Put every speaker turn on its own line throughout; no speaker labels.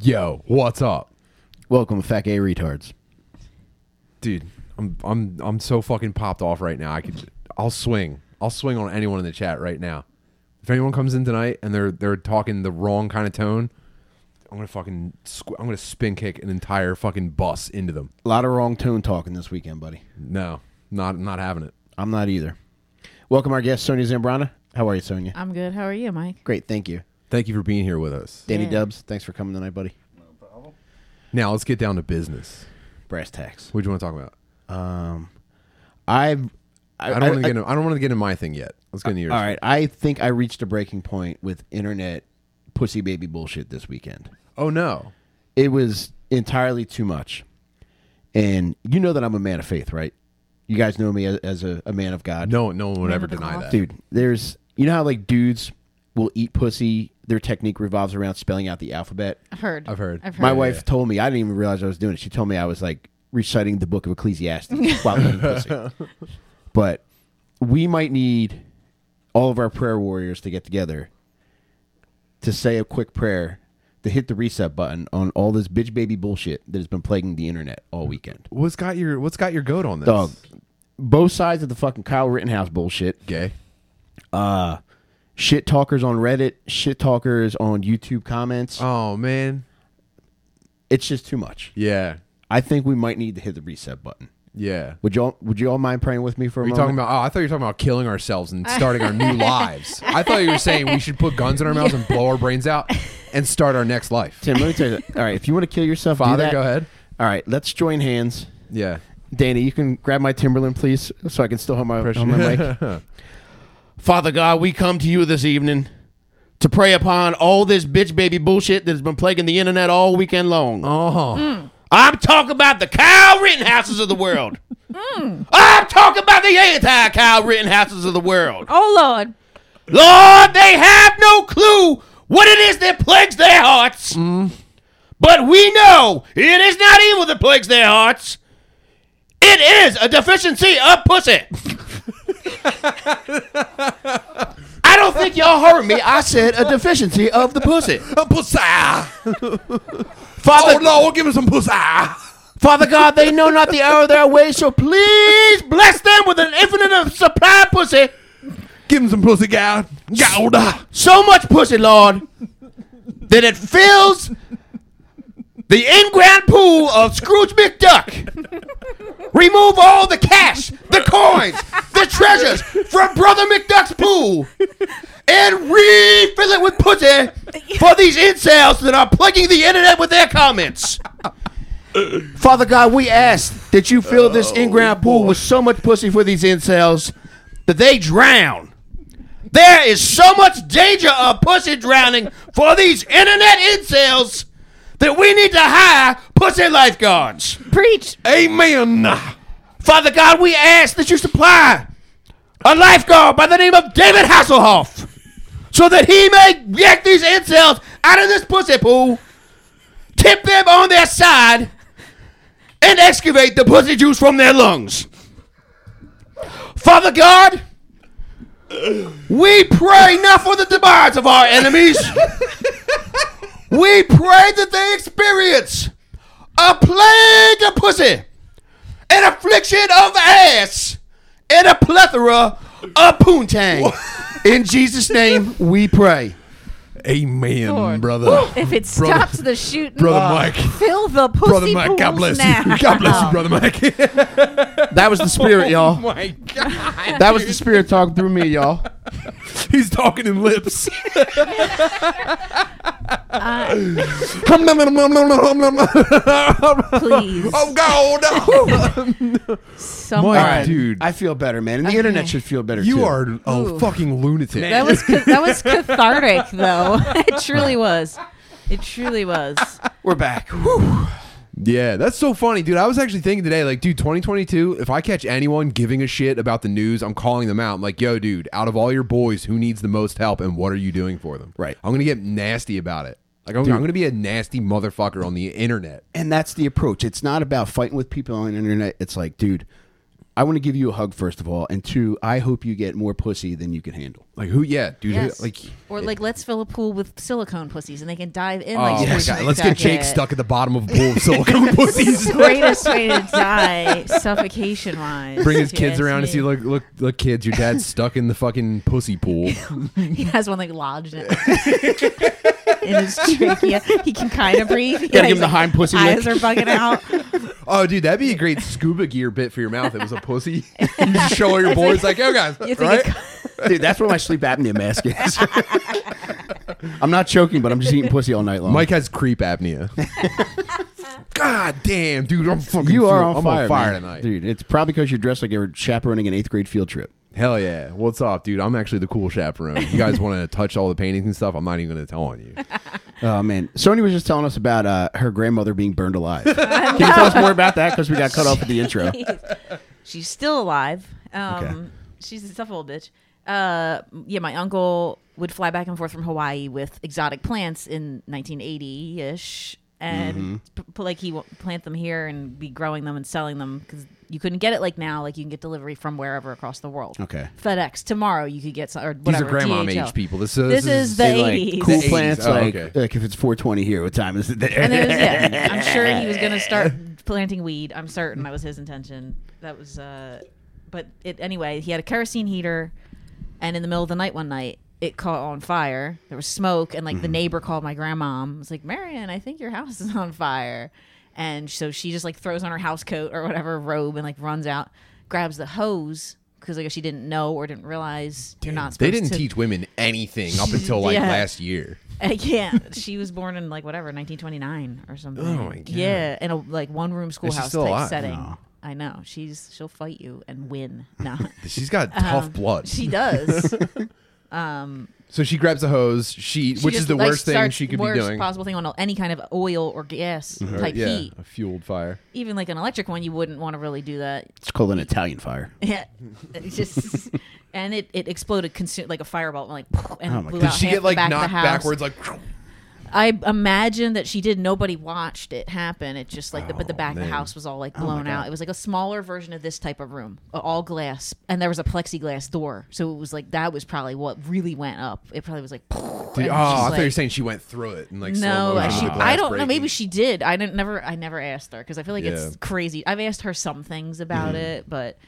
Yo, what's up,
Welcome, to Fact A retards.
dude? I'm I'm I'm so fucking popped off right now. I could I'll swing. I'll swing on anyone in the chat right now. If anyone comes in tonight and they're they're talking the wrong kind of tone, I'm gonna fucking squ- I'm gonna spin kick an entire fucking bus into them.
A lot of wrong tone talking this weekend, buddy.
No, not not having it.
I'm not either. Welcome, our guest Sonia Zambrana. How are you, Sonia?
I'm good. How are you, Mike?
Great, thank you.
Thank you for being here with us.
Danny
Yeah.
Dubs, thanks for coming tonight, buddy.
Now let's get down to business.
Brass tacks.
What do you want to talk about?
Um, I've. I,
I don't want to get into, I don't want to get into my thing yet. Let's get into yours.
All right, I think I reached a breaking point with internet pussy baby bullshit this weekend.
Oh no.
It was entirely too much, and you know that I'm a man of faith, right? You guys know me as, as a, a man of God.
No, no one would ever
of the
deny
cloth.
that.
dude there's you know how like dudes will eat pussy their technique revolves around spelling out the alphabet
I've heard.
I've heard.
I've heard.
my wife told me i didn't even realize i was doing it she told me i was like reciting the book of ecclesiastes while eating pussy but we might need all of our prayer warriors to get together to say a quick prayer to hit the reset button on all this bitch baby bullshit that has been plaguing the internet all weekend
What's got your What's got your goat on this?
dog both sides of the fucking kyle rittenhouse bullshit
Gay.
uh shit talkers on reddit shit talkers on youtube comments
Oh man.
it's just too much
Yeah.
i think we might need to hit the reset button
Yeah.
would y'all would you all mind praying with me for a
Are you talking
moment
about? Oh, I thought you were talking about killing ourselves and starting our new lives. I thought you were saying we should put guns in our mouths and blow our brains out and start our next life.
tim let me tell you all right if you want to kill yourself do
Father,
that.
go ahead.
all right let's join hands
Yeah.
danny you can grab my timberland please so i can still hold my, hold my mic Father God, we come to you this evening to prey upon all this bitch baby bullshit that has been plaguing the internet all weekend long.
oh,
Mm.
I'm talking about the Kyle Rittenhouses of the world. I'm talking about the anti Kyle Rittenhouses of the world.
Oh Lord.
Lord, they have no clue what it is that plagues their hearts. But we know it is not evil that plagues their hearts. It is a deficiency of pussy. I don't think y'all heard me. I said a deficiency of the pussy.
pussy!
Father,
Oh no, give us some pussy!
Father God, they know not the hour of their way, so please bless them with an infinite of supply of pussy.
Give him some pussy, God. God.
So much pussy, Lord, that it fills the in-ground pool of Scrooge McDuck. Remove all the cash, the coins, the treasures from Brother McDuck's pool and refill it with pussy for these incels that are plugging the internet with their comments. Father God, we ask that you fill this in-ground pool with so much pussy for these incels that they drown. There is so much danger of pussy drowning for these internet incels that we need to hire pussy lifeguards.
Preach.
Amen.
Father God, we ask that you supply a lifeguard by the name of David Hasselhoff so that he may yank these incels out of this pussy pool, tip them on their side, and excavate the pussy juice from their lungs. Father God, we pray not for the demise of our enemies. we pray that they experience a plague of pussy an affliction of ass, and a plethora of poontang. In Jesus' name, we pray.
Amen,
Lord.
brother.
If it
Brother-
stops the shooting,
brother
uh,
Mike.
fill the pussy
Brother Mike, God
pools
bless
now. Oh,
you. God bless you, brother Mike.
That was the spirit, y'all.
Oh my God.
That was the spirit talking through me, y'all.
He's talking in lips.
Uh,
oh,
please,
God.
someone.
Mike. Alright. Dude.
I feel better, man. And the
Okay.
internet should feel better.
You
too.
are a
Ooh.
fucking lunatic.
That was ca- that was cathartic, though. It truly was. It truly was.
We're back. Whew.
Yeah, that's so funny, dude. I was actually thinking today, like, dude, 2022, if I catch anyone giving a shit about the news, I'm calling them out. I'm like, yo, dude, out of all your boys, who needs the most help and what are you doing for them?
Right.
I'm going to get nasty about it. Like, I'm, I'm going to be a nasty motherfucker on the internet.
And that's the approach. It's not about fighting with people on the internet. It's like, dude,
I want to give you a hug first of all, and two, I hope you get more pussy than you can handle.
Like who? Yeah, dude. who-
Yes.
Like
or like, let's fill a pool with silicone pussies, and they can dive in.
oh
like,
my
Scrooge
God,
McDuck
let's get Jake
it.
stuck at the bottom of a pool of silicone
It's
pussies.
the greatest way to die, suffocation wise.
Bring his kids around and see, look, look, look, kids, your dad's stuck in the fucking pussy pool.
He has one like lodged in, in his trachea. He can kind of breathe. Yeah,
give him
he's
the
like,
hind pussy lick.
Eyes are bugging out.
Oh, dude, that'd be a great scuba gear bit for your mouth. It was a pussy. you just show all your boards like, yo, guys,
It's
right?
like a,
Dude, that's where my sleep apnea mask is. I'm not choking, but I'm just eating pussy all night long.
Mike has creep apnea. God damn, dude, I'm fucking.
you are
feel-
on
I'm
fire,
on fire
man.
tonight,
dude. It's probably because you're dressed like you're chaperoning an eighth grade field trip.
Hell yeah! What's up, dude? I'm actually the cool chaperone. You guys want to touch all the paintings and stuff? I'm not even gonna tell on you.
Oh man, Sony was just telling us about uh, her grandmother being burned alive. Can you tell us more about that? Because we got cut off at the intro.
she's still alive. Um,
Okay.
She's a tough old bitch. Uh, yeah, my uncle would fly back and forth from Hawaii with exotic plants in 1980 ish. And p- p- like he would plant them here and be growing them and selling them because you couldn't get it like now. Like you can get delivery from wherever across the world.
Okay.
FedEx tomorrow you could get some, or
These
whatever.
are grandma
DHL.
age people. This is
This is the
They, like
80s.
cool
The 80s.
plants,
Oh,
like,
okay.
like if it's 4:20 here, what time is it there?
And there was, yeah, I'm sure he was going to start planting weed. I'm certain that was his intention. That was, uh, but it anyway. He had a kerosene heater, and in the middle of the night one night, it caught on fire. There was smoke, and like
Mm-hmm.
the neighbor called my grandma. Was like, Marion, I think your house is on fire. And so she just like throws on her house coat or whatever robe and like runs out, grabs the hose because like she didn't know or didn't realize you're not.
They
Supposed
didn't
to.
teach women anything up until like
Yeah.
last year.
Uh, yeah, she was born in like whatever 1929 or something.
Oh, my God.
Yeah, in a like one room schoolhouse
still
type
alive?
setting.
No.
I know she's she'll fight you and win. No, Um,
She's got
Uh-huh.
tough blood.
she does.
so she grabs a hose. She,
She
which
just,
is the
like,
worst thing
starts
she could be
worst
doing.
Possible thing on any kind of oil or gas
Or,
type
yeah,
heat.
a fueled fire.
Even like an electric one, you wouldn't want to really do that.
It's called an Italian fire.
Yeah, it's just and it, it exploded, consumed like a fireball, like and
Oh my
blew
God.
out
Did she
half
get
the
like
back of the
knocked
house.
backwards? Like,
I imagine that she did. Nobody watched it happen. It just like, the, but the
Oh,
back of
man.
the house was all like blown
God.
out. It was like a smaller version of this type of room, uh, all glass, and there was a plexiglass door. So it was like that was probably what really went up. It probably was like.
Dude, oh, I thought you were saying she went through it and like slow
No,
motion
she,
with the glass
I don't know.
breaking.
Maybe she did. I didn't never. I never asked her because I feel like
Yeah. Mm-hmm.
it's crazy. I've asked her some things about it, but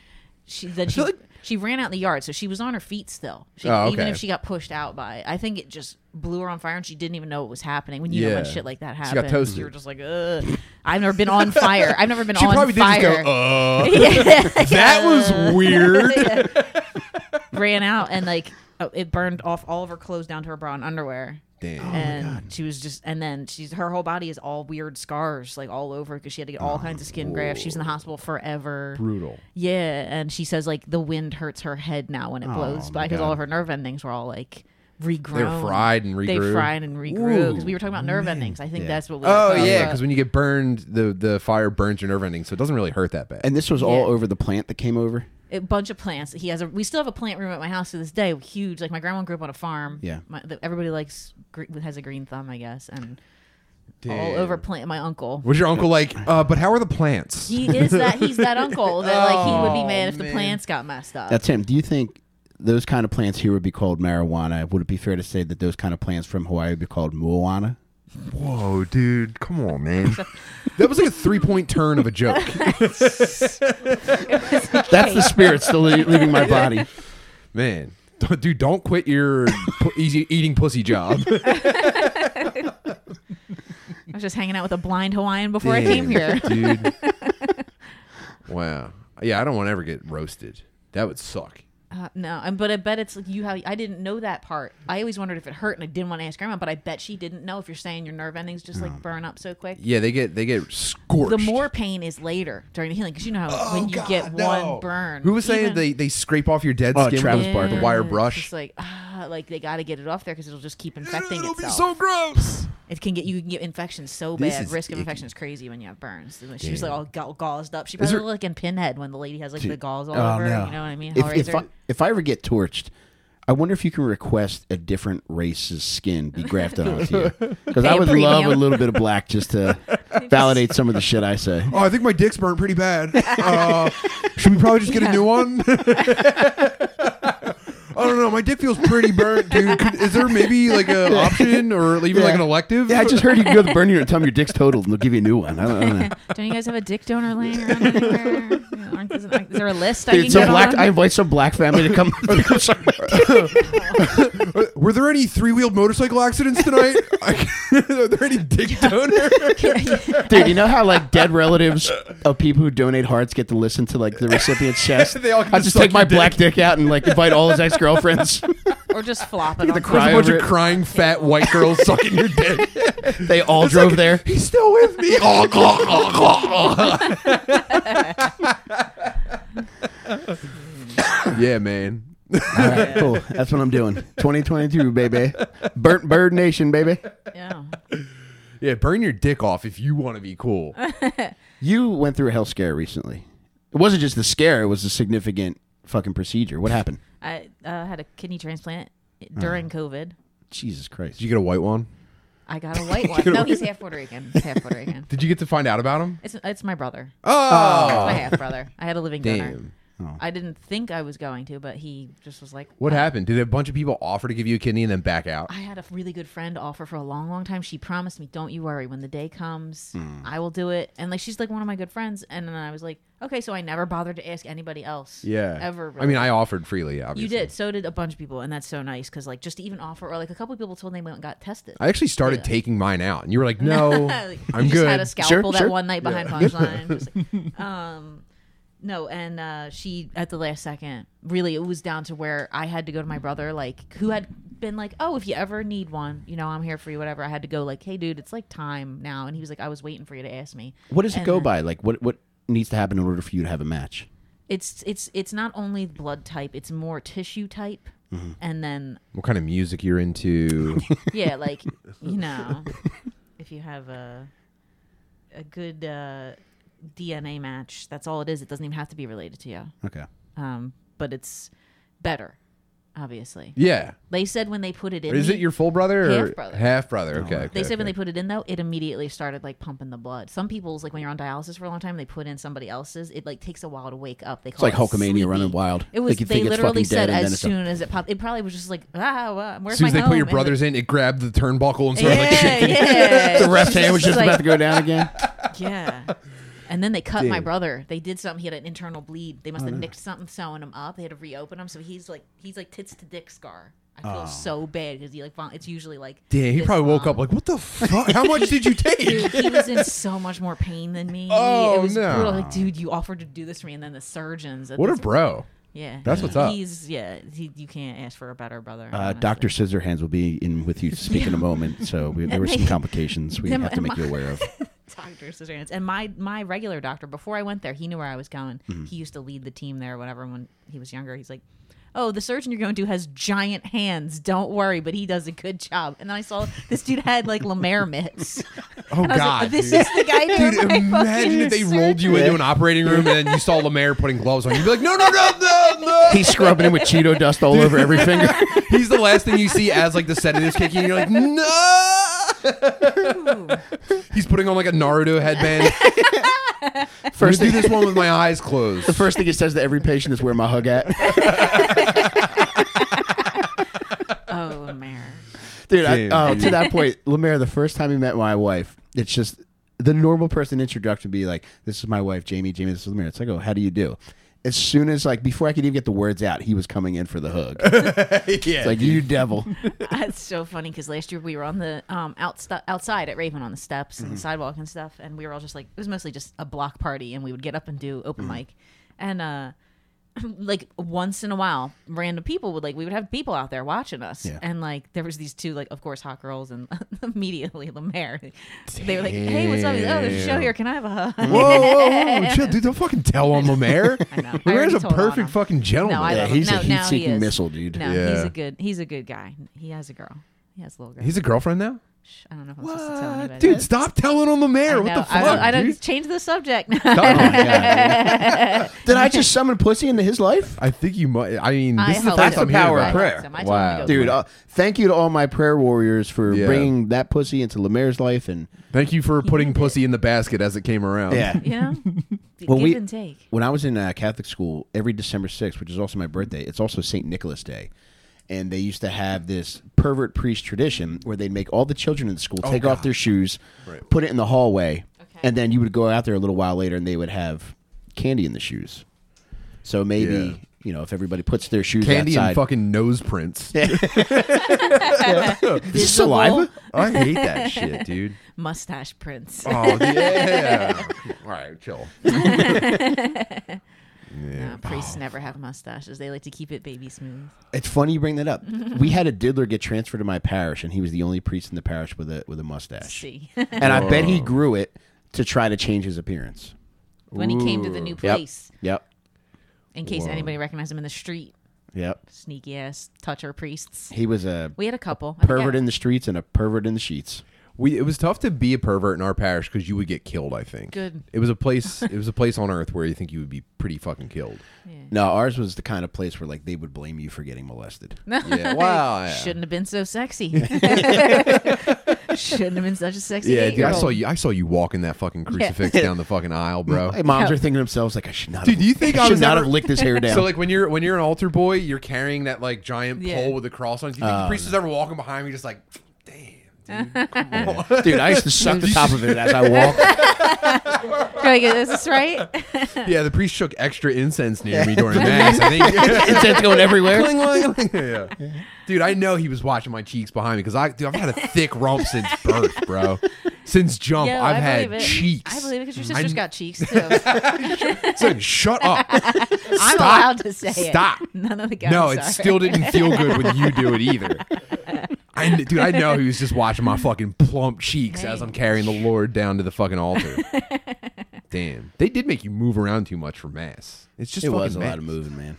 she then she
feel like-
she ran out in the yard, so she was on her feet still. She,
Oh,
Even
okay.
if she got pushed out by it, I think it just blew her on fire, and she didn't even know it was happening. When you know when
Yeah.
shit like that
She got
happens,
toasted.
you're just like, Ugh. I've never been on fire. I've never been
She
on
probably did
fire.
just go, uh. that was weird.
ran out and like oh, it burned off all of her clothes down to her bra and underwear.
Damn.
and she was just and then she's her whole body is all weird scars like all over because she had to get all kinds of skin grafts she was in the hospital forever
Brutal.
yeah and she says like the wind hurts her head now
Oh
when it blows by because all of her nerve endings were all like regrown
fried and
they
regrew?
fried and regrew because we were talking about nerve endings i think that's what we
Oh
were
yeah,
about.
because when you get burned, the the fire burns your nerve ending, so it doesn't really hurt that bad.
And this was all
Yeah.
over the plant that came over.
a bunch of plants. He has a. We still have a plant room at my house to this day. Huge. Like my grandma grew up on a farm.
Yeah.
My, the, everybody likes gre- has a green thumb, I guess, and all
Damn.
over plant. My uncle.
was your uncle like? Uh, but how are the plants?
He is that. He's that uncle that like he would be
Oh,
mad if the
man.
plants got messed up.
That's him. Do you think those kind of plants here would be called marijuana? Would it be fair to say that those kind of plants from Hawaii would be called moana?
Whoa, Oh, dude! Come on, man. that was like a three point turn of a joke.
That's the spirit still le- leaving my body.
Man, dude, don't quit your pu- easy eating pussy job.
I was just hanging out with a blind Hawaiian before I
Damn,
came here.
dude. wow. Yeah, I don't want to ever get roasted. That would suck.
Uh, no, and but I bet it's like you have. I didn't know that part. I always wondered if it hurt, and I didn't want to ask grandma, but I bet she didn't know. If you're saying your nerve endings just like burn up so quick.
Yeah, they get they get scorched.
The more pain is later during the healing because you know how when you
Oh, God,
get
no.
one burn.
Who was saying
even-
they, they scrape off your dead
Oh,
skin
Travis
with
Barker.
the
Yeah,
wire
it's
brush?
just like ah, like they got to get it off there because it'll just keep infecting
It'll be
itself.
so gross.
it can get you can get infections so
This
bad.
is
Risk of
icky.
infection is crazy when you have burns. And She was
Damn.
like all ga- gauzed up. She probably
there-
looked like in Pinhead when the lady has like the gauze all
Oh,
over.
no.
You know what I mean?
If, if,
Hellraiser.
I, if I ever get torched, I wonder if you can request a different race's skin be grafted onto you. Because
Pay
I
a
would love a
premium.
little bit of black just to validate some of the shit I say.
Oh, I think my dick's burnt pretty bad. Uh, should we probably just get a new one? I don't know. My dick feels pretty burnt, dude. Could, is there maybe like an option or even like an
Yeah.
elective?
Yeah, I just heard you can go to the burn unit and tell them your dick's totaled and they'll give you a new one. I don't, I don't know.
Don't you guys have a dick donor laying around anywhere? You know, aren't- Is is there a list I
Dude,
can
some
get
black,
on?
I invite some black family to come. I'm sorry.
Uh, Were there any three-wheeled motorcycle accidents tonight? I, are there any dick donor?
Dude, you know how like dead relatives of people who donate hearts get to listen to like the recipient's chest?
They all get
I
to
just
suck
take my
your dick.
black dick out and like invite all his ex girlfriends.
or just flop it on
cry
There's a bunch
someone.
over
of
it.
crying fat white girls sucking your dick.
they all drove there.
He's still with me. yeah, man.
All right, uh, cool. That's what I'm doing. 2022, baby. Burnt Bird Nation, baby.
Yeah.
Yeah, burn your dick off if you want to be cool.
You went through a health scare recently. It wasn't just the scare, it was a significant fucking procedure. What happened?
I uh, had a kidney transplant during COVID.
Jesus Christ.
Did you get a white one?
I got a white one. No, he's half Puerto Rican. He's half Puerto Rican.
Did you get to find out about him?
It's, it's my brother.
Oh,
my half brother. I had a living donor.
damn. Oh.
I didn't think I was going to, but he just was like,
What happened? Did a bunch of people offer to give you a kidney and then back out?
I had a really good friend offer for a long, long time. She promised me, "Don't you worry. When the day comes,
Hmm.
I will do it." And like, she's like one of my good friends. And then I was like, "Okay." So I never bothered to ask anybody else.
Yeah.
Ever.
I mean, I offered freely, obviously.
you did. So did a bunch of people, and that's so nice because like just to even offer, or like a couple of people told me they went and got tested.
I actually started taking mine out, and you were like, "No,
Like, you
I'm
just
good."
Had a scalpel that
sure.
one night behind punchline. Just like, um, no, and uh, she at the last second. Really, it was down to where I had to go to my brother, like who had been like, "Oh, if you ever need one, you know, I'm here for you." Whatever. I had to go, like, "Hey, dude, it's like time now," and he was like, "I was waiting for you to ask me."
What does it
And
go
then-
by? Like, what, what needs to happen in order for you to have a match?
It's it's it's not only blood type; it's more tissue type,
Mm-hmm.
and then
what kind of music you're into?
yeah, like you know, if you have a a good uh, DNA match, that's all it is. It doesn't even have to be related to you,
Okay.
um, but it's better, obviously.
yeah,
They said when they put it in,
is it
me-
your full brother or
Half-brother.
half brother? Okay, okay,
They said when
okay.
they put it in though, it immediately started like pumping the blood. Some people's like when you're on dialysis for a long time, they put in somebody else's. It like takes a while to wake up. They
It's
call
like
it
Hulkamania
sleepy.
running wild.
It was.
Like, you
they
think it's
literally
fucking dead
said
and then
as
it's a-
soon as it popped, it probably was just like ah, wow, where's
As soon
my
as they
home?"
put your
And, like,
brothers in, it grabbed the turnbuckle and started like
Yeah,
shaking.
yeah.
The rest hand was just
Like-
about to go down again.
Yeah. And then they cut my brother. They did something. He had an internal bleed. They must
Uh.
have nicked something, sewing him up. They had to reopen him. So he's like, he's like tits to dick scar. I feel so bad because he like, vom- it's usually like.
Damn, he
this
probably woke
long.
up like, "What the fuck? How much did you take?"
Dude, he was in so much more pain than me.
Oh,
it was
no.
brutal. Like, dude, you offered to do this for me, and then the surgeons. at
what a
this-
bro!
Yeah,
That's what's up.
He's yeah. He, you can't ask for a better brother.
Uh,
honestly.
Dr. Scissorhands will be in with you to speak in a moment. So we, there were some complications we
Them-
have to make
am
you aware of.
Dr. Scissorhands. And my my regular doctor, before I went there, he knew where I was going.
Mm-hmm.
He used to lead the team there, whatever, when he was younger. He's like, Oh, the surgeon you're going to has giant hands. Don't worry, but he does a good job. And then I saw this dude had like Lemaire mitts.
Oh
And I was like,
god,
this
dude.
is the guy doing
Dude,
my
imagine
fucking
if they rolled you into
surgery."
an operating room and then you saw Lemaire putting gloves on. You'd be like, no, no, no, no, no.
He's scrubbing him with Cheeto dust all over every finger.
He's the last thing you see as like the sedatives kicking. And you're like, no. He's putting on like a Naruto headband. First,
First
do
thing,
this one with my eyes closed.
the first thing he says to every patient is where my hug at.
Oh, Lemaire.
Dude, I,
Dude.
oh, to that point, Lemaire, the first time he met my wife, it's just the normal person introduction would be like, this is my wife, Jamie, Jamie, this is Lemaire. It's like, oh, how do you do? As soon as, like, before I could even get the words out, he was coming in for the hug. It's
yeah.
like, you devil.
That's so funny because last year we were on the um outst- outside at Raven on the steps
Mm-hmm.
and the sidewalk and stuff, and we were all just like it was mostly just a block party, and we would get up and do
Mm-hmm.
open mic, and uh, like once in a while, random people would like we would have people out there watching us,
Yeah.
and like there was these two like of course hot girls, and immediately Lemaire, they were like, hey, what's up? He's, Oh, there's a show
Damn.
here. Can I have a hug?
Whoa, whoa, whoa, chill, dude! Don't fucking tell on Lemaire.
know. I
Lemaire's
already
a
told on
perfect
him.
fucking gentleman.
No, I
Yeah,
love
he's a
him. No, now he
heat-seeking
is.
missile, dude.
No,
Yeah.
he's a good he's a good guy. He has a girl. He has a little girl.
He's a girlfriend now. Uh,
Shh, I don't know if I'm supposed to tell anybody.
Dude,
this.
stop telling on the mayor.
I
What
know.
the fuck?
I don't, I don't
dude?
change the subject.
Oh, yeah, dude.
Did I just summon pussy into his life?
I think you might. I mean, this
I
is the
hope
first
so.
I'm
That's the power
hearing
of
about it.
prayer.
I told
Wow.
him to go
Dude, uh, thank you to all my prayer warriors for
Yeah.
bringing that pussy into Lemaire's life. And
Thank you for putting
did it.
pussy in the basket as it came around.
yeah,
you know, give
When we-
and take.
when I was in uh, Catholic school, every December 6th, which is also my birthday, it's also St. Nicholas Day. And they used to have this pervert priest tradition where they'd make all the children in the school take off their shoes,
Oh, Right.
put it in the hallway,
Okay.
and then you would go out there a little while later and they would have candy in the shoes. So maybe,
Yeah.
you know, if everybody puts their shoes
Candy
outside.
and fucking nose prints.
Is this saliva?
I hate that shit, dude.
Mustache prints.
Oh yeah. All right, chill.
No, Uh, priests never have mustaches. They like to keep it baby smooth.
It's funny you bring that up. we had a diddler get transferred to my parish, and he was the only priest in the parish with a with a mustache.
See,
And I bet he grew it to try to change his appearance.
when he came to the new
Yep.
place,
Yep.
in case anybody recognized him in the street,
Yep.
sneaky ass toucher priests.
He was a
We had a couple. I forget-
pervert in the streets and a pervert in the sheets.
We it was tough to be a pervert in our parish because you would get killed. I think.
Good.
It was a place. It was a place on Earth where you think you would be pretty fucking killed.
No, ours was the kind of place where like they would blame you for getting molested.
Yeah. Wow. yeah.
Shouldn't have been so sexy. Shouldn't have been such a sexy.
Yeah, dude. I
eight-year-old.
saw you. I saw you walking that fucking crucifix down the fucking aisle, bro.
Hey, moms are thinking to themselves like, I should not.
Dude,
have,
do you think I
should
was
not
ever-
have licked his hair down?
So like when you're when you're an altar boy, you're carrying that like giant
Yeah.
pole with the cross on. it. Do you think the priest is ever walking behind me, just like, damn, dude, come on.
Dude, I used to suck the top of it as I walked.
Greg, is this right?
Yeah, the priest shook extra incense near me during mass. I think.
Incense going everywhere.
Cling, cling, cling. Yeah. Dude, I know he was watching my cheeks behind me because I, dude, I've had a thick rump since birth, bro. Since jump,
Yo,
Um, I've
I
had
believe it.
cheeks. Mm.
I believe it because your
I-
sister's got cheeks too.
So shut up.
I'm
Stop.
allowed to say it.
Stop.
None of the guys.
No,
are.
it still didn't feel good when you do it either. I, kn- dude, I know he was just watching my fucking plump cheeks as I'm carrying the Lord down to the fucking altar. Damn, they did make you move around too much for mass. It's just
It
fucking
was a
mass.
lot of moving, man.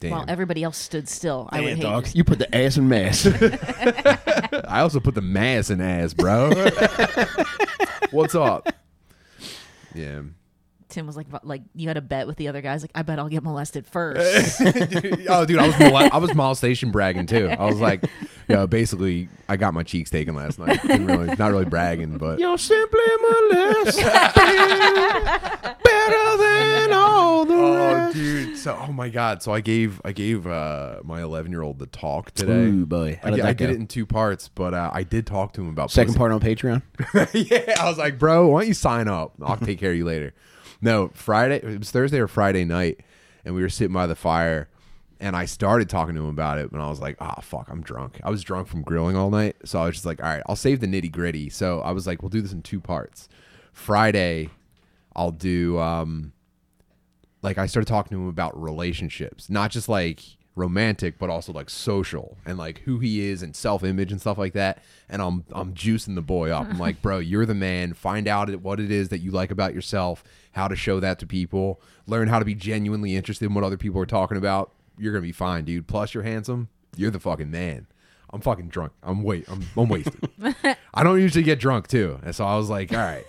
Damn.
While everybody else stood still, I would
Man,
hate
dog,
this.
you put the ass in mass.
I also put the mass in ass, bro. What's up? Yeah.
Tim was like, like you had a bet with the other guys. Like, I bet I'll get molested first.
oh, dude, I was mol- I was molestation bragging too. I was like, yeah, basically, I got my cheeks taken last night. Didn't really, not really bragging, but
You're simply molested. Better than all the
Oh, dude! So, oh my god! So I gave I gave uh, my 11 year old the talk today.
Ooh, boy. How
I,
did
did,
that
I did
go?
it in two parts, but uh, I did talk to him about
Second
pussy.
part on Patreon.
yeah, I was like, bro, why don't you sign up? I'll take care of you later. No, Friday. It was Thursday or Friday night, and we were sitting by the fire, and I started talking to him about it, and I was like, ah, fuck, I'm drunk. I was drunk from grilling all night, so I was just like, all right, I'll save the nitty gritty. So I was like, we'll do this in two parts. Friday, I'll do um, like I started talking to him about relationships, not just like romantic, but also like social and like who he is and self image and stuff like that. And I'm I'm juicing the boy up. I'm like, bro, you're the man. Find out it- what it is that you like about yourself, how to show that to people, learn how to be genuinely interested in what other people are talking about. You're gonna be fine, dude. Plus, you're handsome. You're the fucking man. I'm fucking drunk. I'm wait. I'm I'm wasted. I don't usually get drunk too, and so I was like, all right.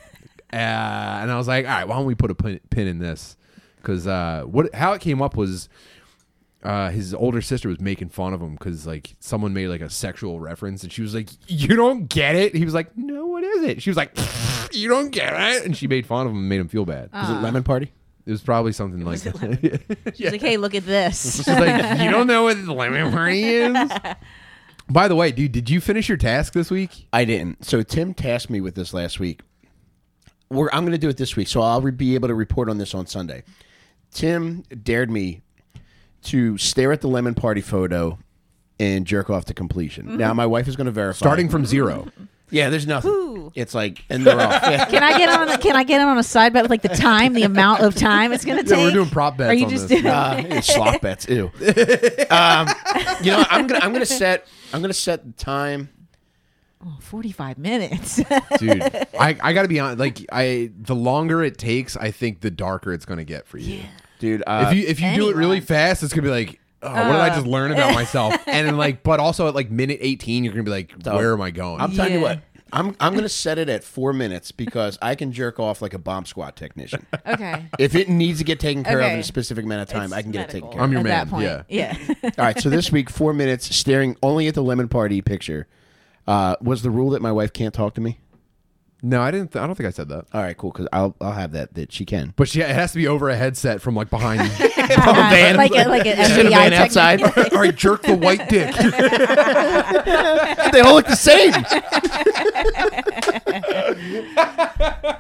Uh, and I was like, all right, why don't we put a pin, pin in this? Because uh, what how it came up was uh, his older sister was making fun of him because like someone made like a sexual reference, and she was like, "You don't get it." He was like, "No, what is it?" She was like, "You don't get it," and she made fun of him and made him feel bad.
Is it Lemon Party?
It was probably something like that.
She's like, hey, look at this.
She's like, "You don't know what lemon party is." By the way, dude, did you finish your task this week?
I didn't. So Tim tasked me with this last week. We're, I'm going to do it this week, so I'll re- be able to report on this on Sunday. Tim dared me to stare at the lemon party photo and jerk off to completion. Now my wife is going to verify.
Starting from zero.
yeah, there's nothing.
Ooh.
It's like and they're off. Yeah.
Can I get on? A, can I get on a side bet with like the time, the amount of time it's gonna
Yeah,
take?
we're doing prop bets
Are you
on
just
this.
doing?
Uh, it's slop bets. Ew. Um, you know, I'm gonna I'm gonna set I'm gonna set the time.
Oh, Forty-five minutes.
dude I, I gotta be honest like i the longer it takes i think the darker it's gonna get for you
Dude, uh,
if you if you do it really
Anyone.
fast it's gonna be like oh, what did I just learn about myself? And then like, but also at like minute 18, you're gonna be like, where am I going?
I'm telling you
Yeah.
what. I'm I'm gonna set it at four minutes because I can jerk off like a bomb squad technician.
Okay.
If it needs to get taken care of in
Okay.
a specific amount of time,
It's
I can get it
medical
taken care of.
I'm your man,
at That point.
yeah.
Yeah.
All right, so this week, four minutes staring only at the lemon party picture. Uh, was the rule that my wife can't talk to me?
no, I didn't. Th- I don't think I said that.
All right, cool, because I'll I'll have that that she can.
But she, it has to be over a headset from like behind you.
van.
like a, like an
She's in a
FBI
van
techni-
outside.
All right, jerk the white dick.
they all look the same.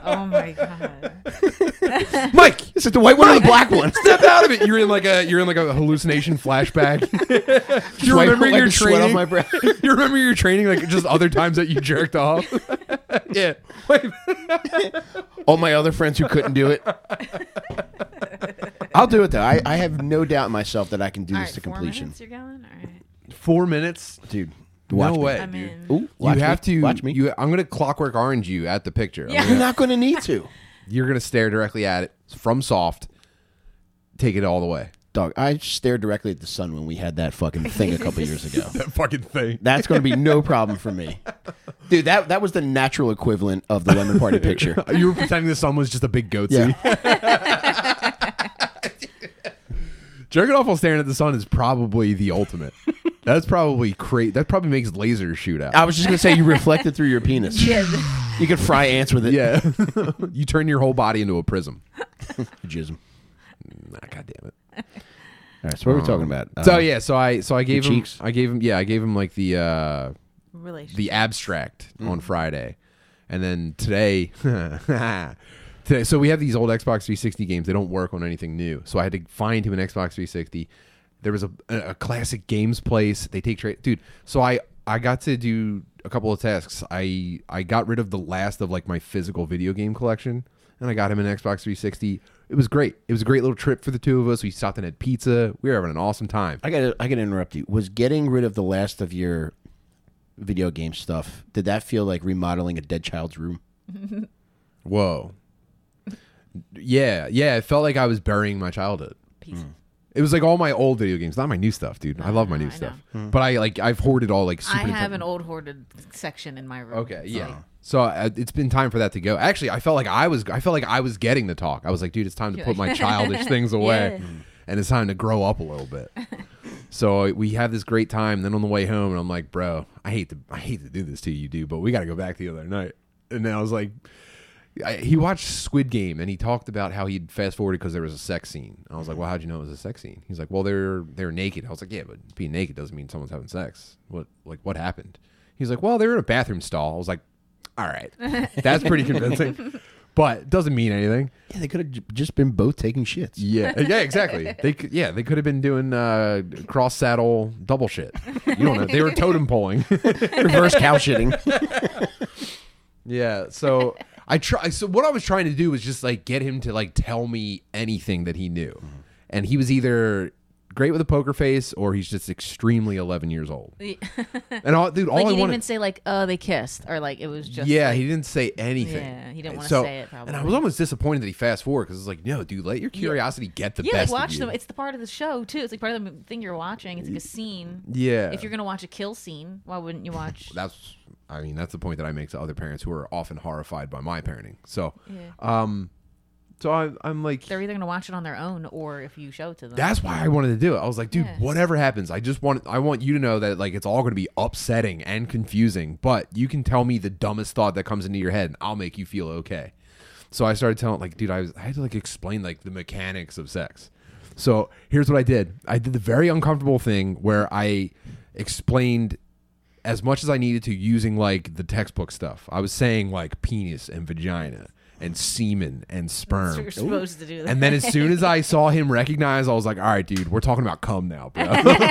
oh my god.
Mike, is it the white one or the black one?
Step out of it. You're in like a you're in like a hallucination flashback. you're
Wipe-
remembering
wipe
your
the sweat off
training.
my brow.
you remember your training like just other times that you jerked off. yeah. Wait.
all my other friends who couldn't do it. I'll do it though. I, I have no doubt in myself that I can do
All
this
right,
to
four
completion,
minutes you're going? All right.
Four minutes.
dude. Watch
no
me.
way,
I'm
dude.
in.
Ooh, watch
you
me.
have to
watch me.
You, I'm gonna clockwork orange you at the picture. I'm
Yeah.
You're
gonna-
not going to need to,
you're gonna stare directly at it from soft. Take it all the way.
dog. I stared directly at the sun when we had that fucking thing a couple years ago.
That fucking thing.
That's going to be no problem for me, dude. That that was the natural equivalent of the lemon party picture.
You were pretending the sun was just a big goatee.
Yeah,
Jerking off while staring at the sun is probably the ultimate. That's probably crazy. That probably makes lasers shoot out.
I was just going to say you reflected through your penis. You could fry ants with it.
Yeah. you turn your whole body into a prism.
jism.
Nah, God damn it.
All right, so what are we talking about?
So
Uh,
yeah, so I so I gave him
cheeks.
I gave him yeah, I gave him like the uh
Relationship.
the abstract on Friday. And then today today so we have these old Xbox 360 games. They don't work on anything new. So I had to find him an Xbox 360. There was a a, a classic games place. They take trade dude. So I I got to do a couple of tasks. I I got rid of the last of like my physical video game collection and I got him an Xbox 360. It was great. It was a great little trip for the two of us. We stopped and had pizza. We were having an awesome time.
I got to I got to interrupt you. Was getting rid of the last of your video game stuff? Did that feel like remodeling a dead child's room?
Whoa. Yeah, yeah. It felt like I was burying my childhood.
Pieces.
It was like all my old video games, not my new stuff, dude. I love my new
I
stuff, but I like I've hoarded all like. Super
I have
Nintendo-
an old hoarded section in my room.
Okay, yeah. So uh, it's been time for that to go. Actually, I felt like I was I felt like I was getting the talk. I was like, dude, it's time to put my childish things away, and it's time to grow up a little bit. so we have this great time. Then on the way home, and I'm like, bro, I hate to I hate to do this to you, dude, but we got to go back the other night. And then I was like, I, he watched Squid Game and he talked about how he'd fast forwarded because there was a sex scene. I was like, "Well, how'd you know it was a sex scene?" He's like, "Well, they're they're naked." I was like, "Yeah, but being naked doesn't mean someone's having sex. What like what happened?" He's like, "Well, they were in a bathroom stall." I was like, "All right, that's pretty convincing, but it doesn't mean anything."
Yeah, they could have j- just been both taking shits.
Yeah, uh, yeah, exactly. They could, yeah they could have been doing uh, cross saddle double shit. You don't know. They were totem poling.
Reverse cow shitting.
Yeah. So I try. So what I was trying to do was just like get him to like tell me anything that he knew,
Mm-hmm.
and he was either great with a poker face or he's just extremely 11 years old.
like
And all, dude, all
you
I
didn't
wanted.
even say like, oh, they kissed, or like it was just.
yeah,
like-
he didn't say anything.
Yeah, he didn't wanna
So-
say it, probably.
And I was almost disappointed that he fast forward because it's like, no, dude, let your curiosity get the
yeah, like
best.
watch
of you.
them. It's the part of the show too. It's like part of the thing you're watching. It's like a scene.
Yeah.
If you're gonna watch a kill scene, why wouldn't you watch?
that's I mean that's the point that I make to other parents who are often horrified by my parenting. So,
Yeah.
um, so I, I'm like,
They're either gonna watch it on their own or if you show it to them.
That's why I wanted to do it. I was like, dude,
Yeah.
whatever happens, I just want I want you to know that like it's all going to be upsetting and confusing, but you can tell me the dumbest thought that comes into your head and I'll make you feel okay. So I started telling like, dude, I was I had to like explain like the mechanics of sex. So here's what I did. I did the very uncomfortable thing where I explained as much as I needed to using like the textbook stuff. I was saying like penis and vagina and semen and
So
sperm.
you're supposed to do that.
And then as soon as I saw him recognize, I was like, "All right, dude, we're talking about cum now, bro." and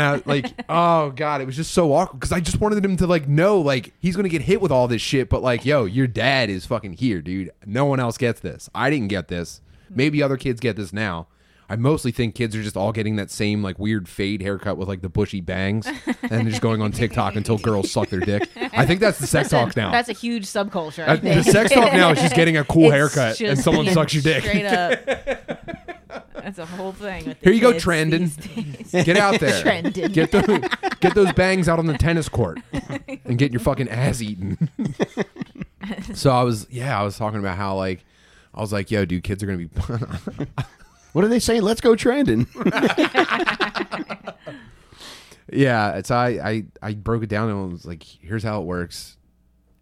I like, oh god, it was just so awkward because I just wanted him to like know, like he's gonna get hit with all this shit, but like, yo, your dad is fucking here, dude. No one else gets this. I didn't get this. Maybe other kids get this now. I mostly think kids are just all getting that same like weird fade haircut with like the bushy bangs, and they're just going on TikTok until girls suck their dick. I think that's the sex talk now.
That's a huge subculture. I
Uh, the
think.
sex talk now is just getting a cool
It's
haircut and
just
someone
being
sucks your dick.
Straight up. That's a whole thing. With the
Here you go,
kids
Trendon.
these days.
Get out there.
Trendon.
Get those, get those bangs out on the tennis court and get your fucking ass eaten. so I was, yeah, I was talking about how like, I was like, yo, dude, kids are gonna be.
What are they saying? Let's go trending.
yeah, it's I, I, I broke it down and I was like, here's how it works.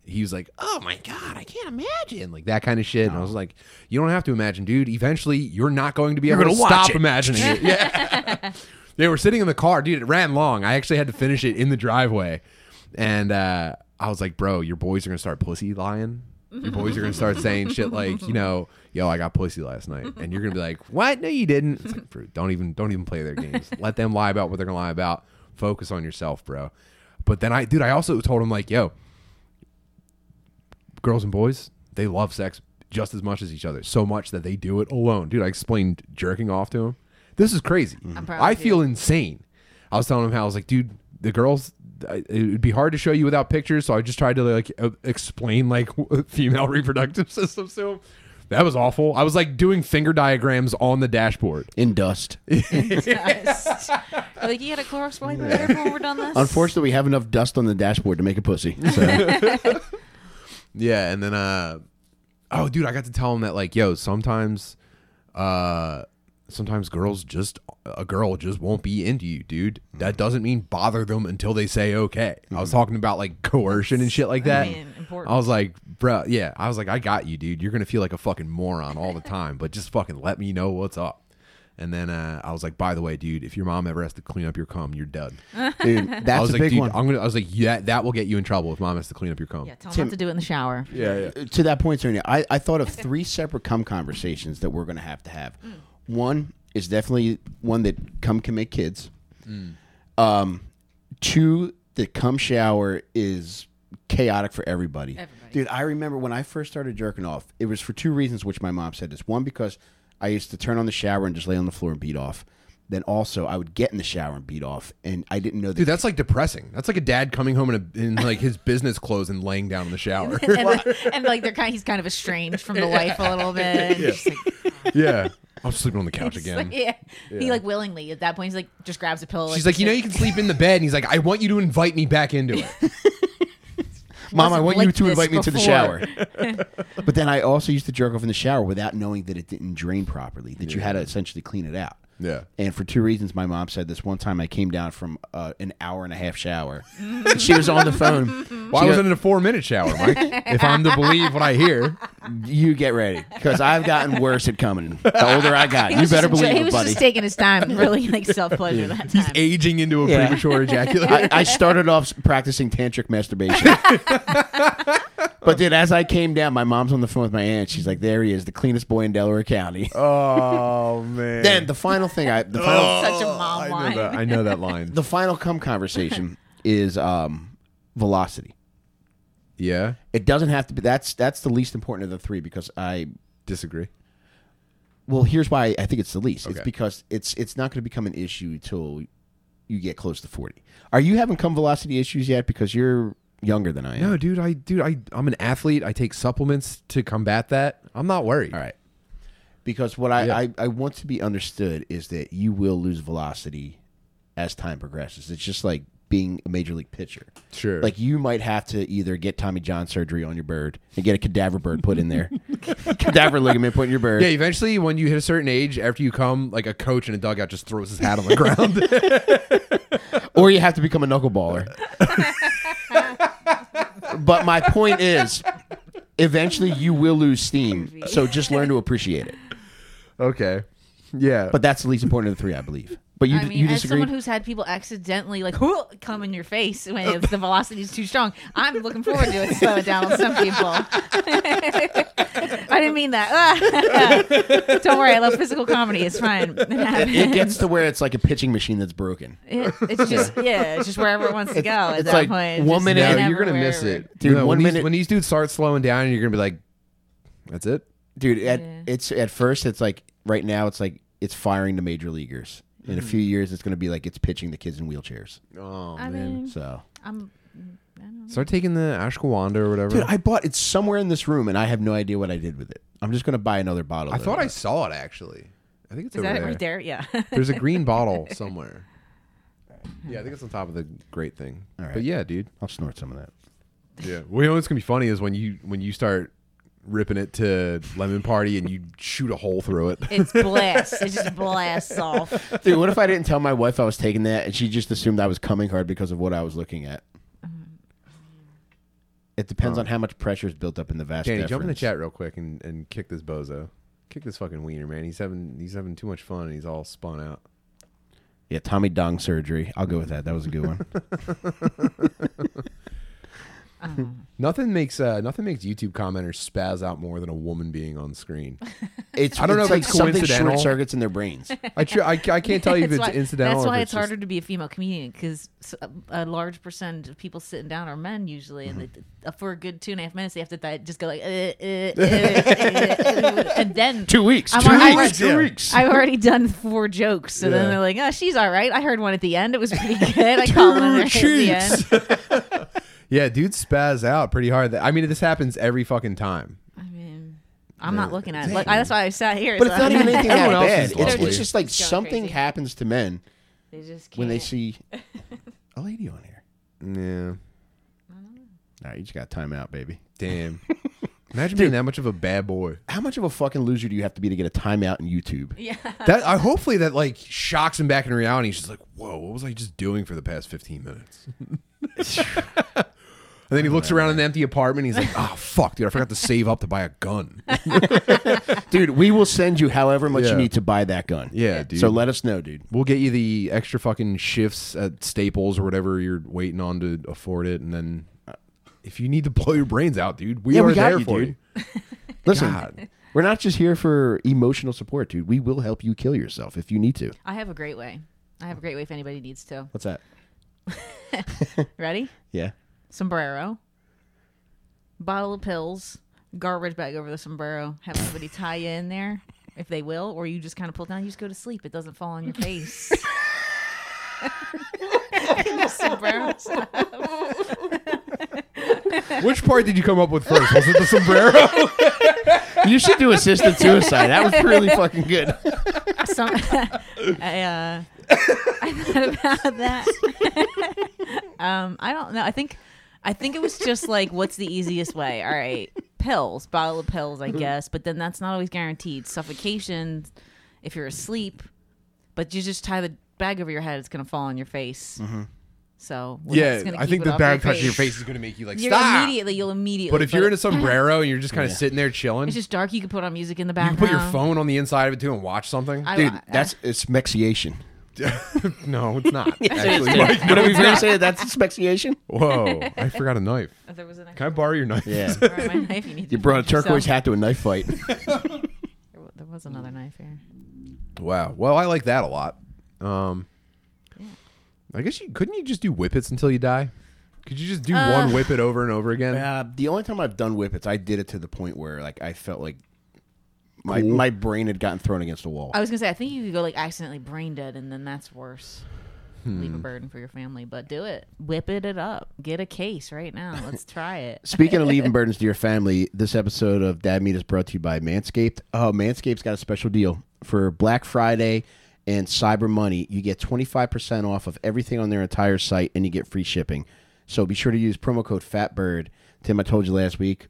He was like, oh my god, I can't imagine like that kind of shit. And I was like, you don't have to imagine, dude. Eventually, you're not going to be able to
gonna watch
stop
it."
imagining it. Yeah. they were sitting in the car, dude. It ran long. I actually had to finish it in the driveway, and uh, I was like, bro, your boys are gonna start pussy lying. Your boys are gonna start saying shit like, you know, yo, I got pussy last night, and you're gonna be like, what? No, you didn't. It's like, bro, don't even, don't even play their games. Let them lie about what they're gonna lie about. Focus on yourself, bro. But then I, dude, I also told him like, yo, girls and boys, they love sex just as much as each other, so much that they do it alone. Dude, I explained jerking off to him. This is crazy.
proud
I
of you.
feel insane. I was telling him how I was like, dude, the girls. I- It would be hard to show you without pictures, so I just tried to like uh, explain like female reproductive systems to him. That was awful. I was like doing finger diagrams on the dashboard.
In dust.
Yes. like you got a Clorox wipe over there before we're done this.
Unfortunately, we have enough dust on the dashboard to make a pussy. So
Yeah, and then uh oh dude, I got to tell him that like, yo, sometimes uh sometimes girls just a girl just won't be into you, dude. That doesn't mean bother them until they say okay. I was talking about like coercion and shit like that. I,
mean, important.
was like, bro, yeah, I was like, I got you, dude. You're gonna feel like a fucking moron all the time, but just fucking let me know what's up. And then uh, I was like, by the way, dude, if your mom ever has to clean up your cum, you're done.
dude,
I
that's
was
a
like,
big
dude,
one.
I'm gonna. I was like, yeah, that will get you in trouble if mom has to clean up your cum.
yeah, tell them not to do it in the shower.
yeah, yeah.
Uh, to that point, Serena, I, I thought of three separate cum conversations that we're going to have to have. One is definitely one that cum can make kids.
Mm.
Um, two, the cum shower is chaotic for everybody.
Everybody.
Dude, I remember when I first started jerking off, it was for two reasons, which my mom said this. One, because I used to turn on the shower and just lay on the floor and beat off. Then also, I would get in the shower and beat off, and I didn't know that.
Dude, that's like depressing. That's like a dad coming home in, a, in like his business clothes and laying down in the shower.
And, and, like they're kind, he's kind of estranged from the wife a little bit. And just, like,
yeah, I'm sleeping on the couch
just,
again.
like, yeah. he like willingly at that point he's like just grabs a pillow.
She's like, you know, you can sleep in the bed, and he's like, I want you to invite me back into it.
Mom, I
wasn't
want you
like
to
this
invite me to the
before.
shower. but then I also used to jerk off in the shower without knowing that it didn't drain properly, that you had to essentially clean it out.
Yeah.
And for two reasons, my mom said this. One time I came down from uh, an hour and a half shower. she was on the phone.
Why
She
was it in a four minute shower, Mike? if I'm to believe what I hear,
goes, You get ready. Because I've gotten worse at coming. The older I got,
He
you
was
better
just enjoy-
believe
he
it,
was
buddy.
just taking his time, really like self pleasure that time.
aging into a
Yeah.
premature ejaculation.
I, I started off practicing tantric masturbation. but dude, as I came down, my mom's on the phone with my aunt. She's like, "There he is, the cleanest boy in Delaware County."
oh man.
then the final thing I the final
Such a mom
Oh, I
line.
know that. I know that line.
the final cum conversation is um, velocity.
yeah.
It doesn't have to be that's that's the least important of the three because I
Disagree.
well here's why I think it's the least.
Okay.
It's because it's it's not going to become an issue till you get close to forty. Are you having cum velocity issues yet? Because you're younger than I am.
No, dude. I dude. I I'm an athlete. I take supplements to combat that. I'm not worried.
All right. Because what I,
Yeah.
I, I want to be understood is that you will lose velocity as time progresses. It's just like being a major league pitcher.
Sure.
Like you might have to either get Tommy John surgery on your bird and get a cadaver bird put in there, cadaver ligament put in your bird.
Yeah, eventually, when you hit a certain age, after you come, like a coach in a dugout just throws his hat on the ground.
or you have to become a knuckleballer. but my point is, eventually you will lose steam. So just learn to appreciate it.
okay. Yeah.
But that's the least important of the three, I believe. But you
I mean,
you
as
disagree.
someone who's had people accidentally like come in your face when if the velocity is too strong, I'm looking forward to it. Slow it down on some people. I didn't mean that. Ah. Don't worry, I love physical comedy. It's fine. It happens.
it gets to where it's like a pitching machine that's broken.
It- it's just yeah, it's just wherever it wants to go at
it's
that
like
point.
one
Just
minute-
no,
and
whenever,
you're gonna miss
wherever.
it,
Dude,
No,
one
when these-
minute-
when these dudes start slowing down, you're gonna be like, "That's it."
dude at
Yeah.
it's at first it's like right now it's like it's firing the major leaguers in a few years it's going to be like it's pitching the kids in wheelchairs
Oh
I
man,
mean,
so
I'm
start taking the ashwagandha or whatever.
dude i bought it's somewhere in this room and i have no idea what i did with it i'm just going to buy another bottle
I
of
thought I
it.
saw it actually. I think it's
Is
over
that it
there.
right there? Yeah.
There's a green bottle somewhere. Yeah, I think it's on top of the great thing.
All right.
But yeah, dude.
I'll snort some of that.
Yeah. Well, you know what's gonna be funny is when you when you start ripping it to lemon party and you shoot a hole through it.
it's blast. It just blasts off.
Dude, what if I didn't tell my wife I was taking that and she just assumed I was coming hard because of what I was looking at? It depends on how much pressure is built up in the vas
Danny, jump in the
deferens.
chat real quick and, and kick this bozo. Kick this fucking wiener, man. He's having he's having too much fun and he's all spun out.
Yeah, Tommy Dong surgery. I'll go with that. That was a good one.
Nothing makes uh, nothing makes YouTube commenters spaz out more than a woman being on screen.
It's
I don't know
it's
if
like
it's
something
coincidental.
short circuits in their brains.
I, tr- I I can't tell you if
That's
it's
why-
incidental.
That's
or
why
if
it's,
just-
harder to be a female comedian because a large percent of people sitting down are men usually, and
Mm-hmm.
they, uh, for a good two and a half minutes they have to di- just go like, uh, uh, uh, uh, and then
Two weeks.
I'm
two
on- I'm
weeks.
on-
Two weeks.
I've already done four jokes, so
Yeah.
then they're like, "Oh, she's all right. I heard one at the end. It was pretty good. I complimented her at the end."
Yeah, dude, spaz out pretty hard. I mean, this happens every fucking time.
I mean, I'm not looking at it. Look, I, that's why I sat here.
But
so
it's not
I-
even anything that
Everyone else
bad.
is
It's,
lovely.
it's just like
It's going
something
crazy.
happens to men
They just can't.
when they see a lady on here.
Yeah,
All right, you just got time out, baby.
damn. Imagine being that much of a bad boy.
How much of a fucking loser do you have to be to get a timeout in YouTube?
yeah.
That I hopefully that like shocks him back into reality. He's just like, whoa, what was I just doing for the past fifteen minutes? and then he looks around in the empty apartment. He's like, oh fuck, dude, I forgot to save up to buy a gun.
Dude, we will send you however much you
Yeah.
need to buy that gun.
Yeah, dude.
So let us know, dude.
We'll get you the extra fucking shifts at Staples or whatever you're waiting on to afford it, and then uh, if you need to blow your brains out, dude, we
Yeah,
are
we got
there
you,
for
dude.
you.
Listen,
God.
we're not just here for emotional support, dude. We will help you kill yourself if you need to.
I have a great way. I have a great way if anybody needs to.
What's that?
Ready?
Yeah.
Sombrero, bottle of pills, garbage bag over the sombrero. Have somebody tie you in there if they will, or you just kind of pull it down. You just go to sleep. It doesn't fall on your face. sombrero.
Which part did you come up with first? Was it the sombrero?
You should do assisted suicide. That was really fucking good.
Some, I, uh, I thought about that. um, I don't know. I think, I think it was just like, what's the easiest way? All right, pills, bottle of pills,
Mm-hmm.
I guess. But then that's not always guaranteed. Suffocation, if you're asleep, but you just tie the bag over your head, it's gonna fall on your face. So we're
Mm-hmm. yeah,
just gonna
I
keep
think
it
the
off
bag touching your face is going to make you like
You're
stop.
immediately, you'll immediately.
But if you're in a
it's
sombrero and you're just kind of sitting there chilling,
just dark, you can put on music in the
you can put
background.
your phone on the inside of it too and watch something.
I-
Dude,
I-
that's asphyxiation.
no, it's not.
Actually,
actually, Mike.
what are we going to say? that That's asphyxiation?
Whoa, I forgot a knife.
There was an extra
Can I borrow your knife?
Yeah.
part of my knife you need
You
to
brought a
finish, so-
turquoise hat to a knife fight.
There wa- There was
Hmm.
another knife here.
Wow. Well, I like that a lot. Um, I guess you couldn't you just do whippets until you die? Could you just do one whippet over and over again?
Uh, the only time I've done whippets, I did it to the point where like I felt like my my brain had gotten thrown against a wall.
I was gonna say I think you could go like accidentally brain dead, and then that's worse.
Hmm.
Leave a burden for your family, but do it. Whip it, it up. Get a case right now. Let's try it.
Speaking of leaving burdens to your family, this episode of Dad Meat is brought to you by Manscaped. Oh, Manscaped's got a special deal for Black Friday and Cyber Money. You get 25% off of everything on their entire site and you get free shipping. So be sure to use promo code FATBIRD. Tim, I told you last week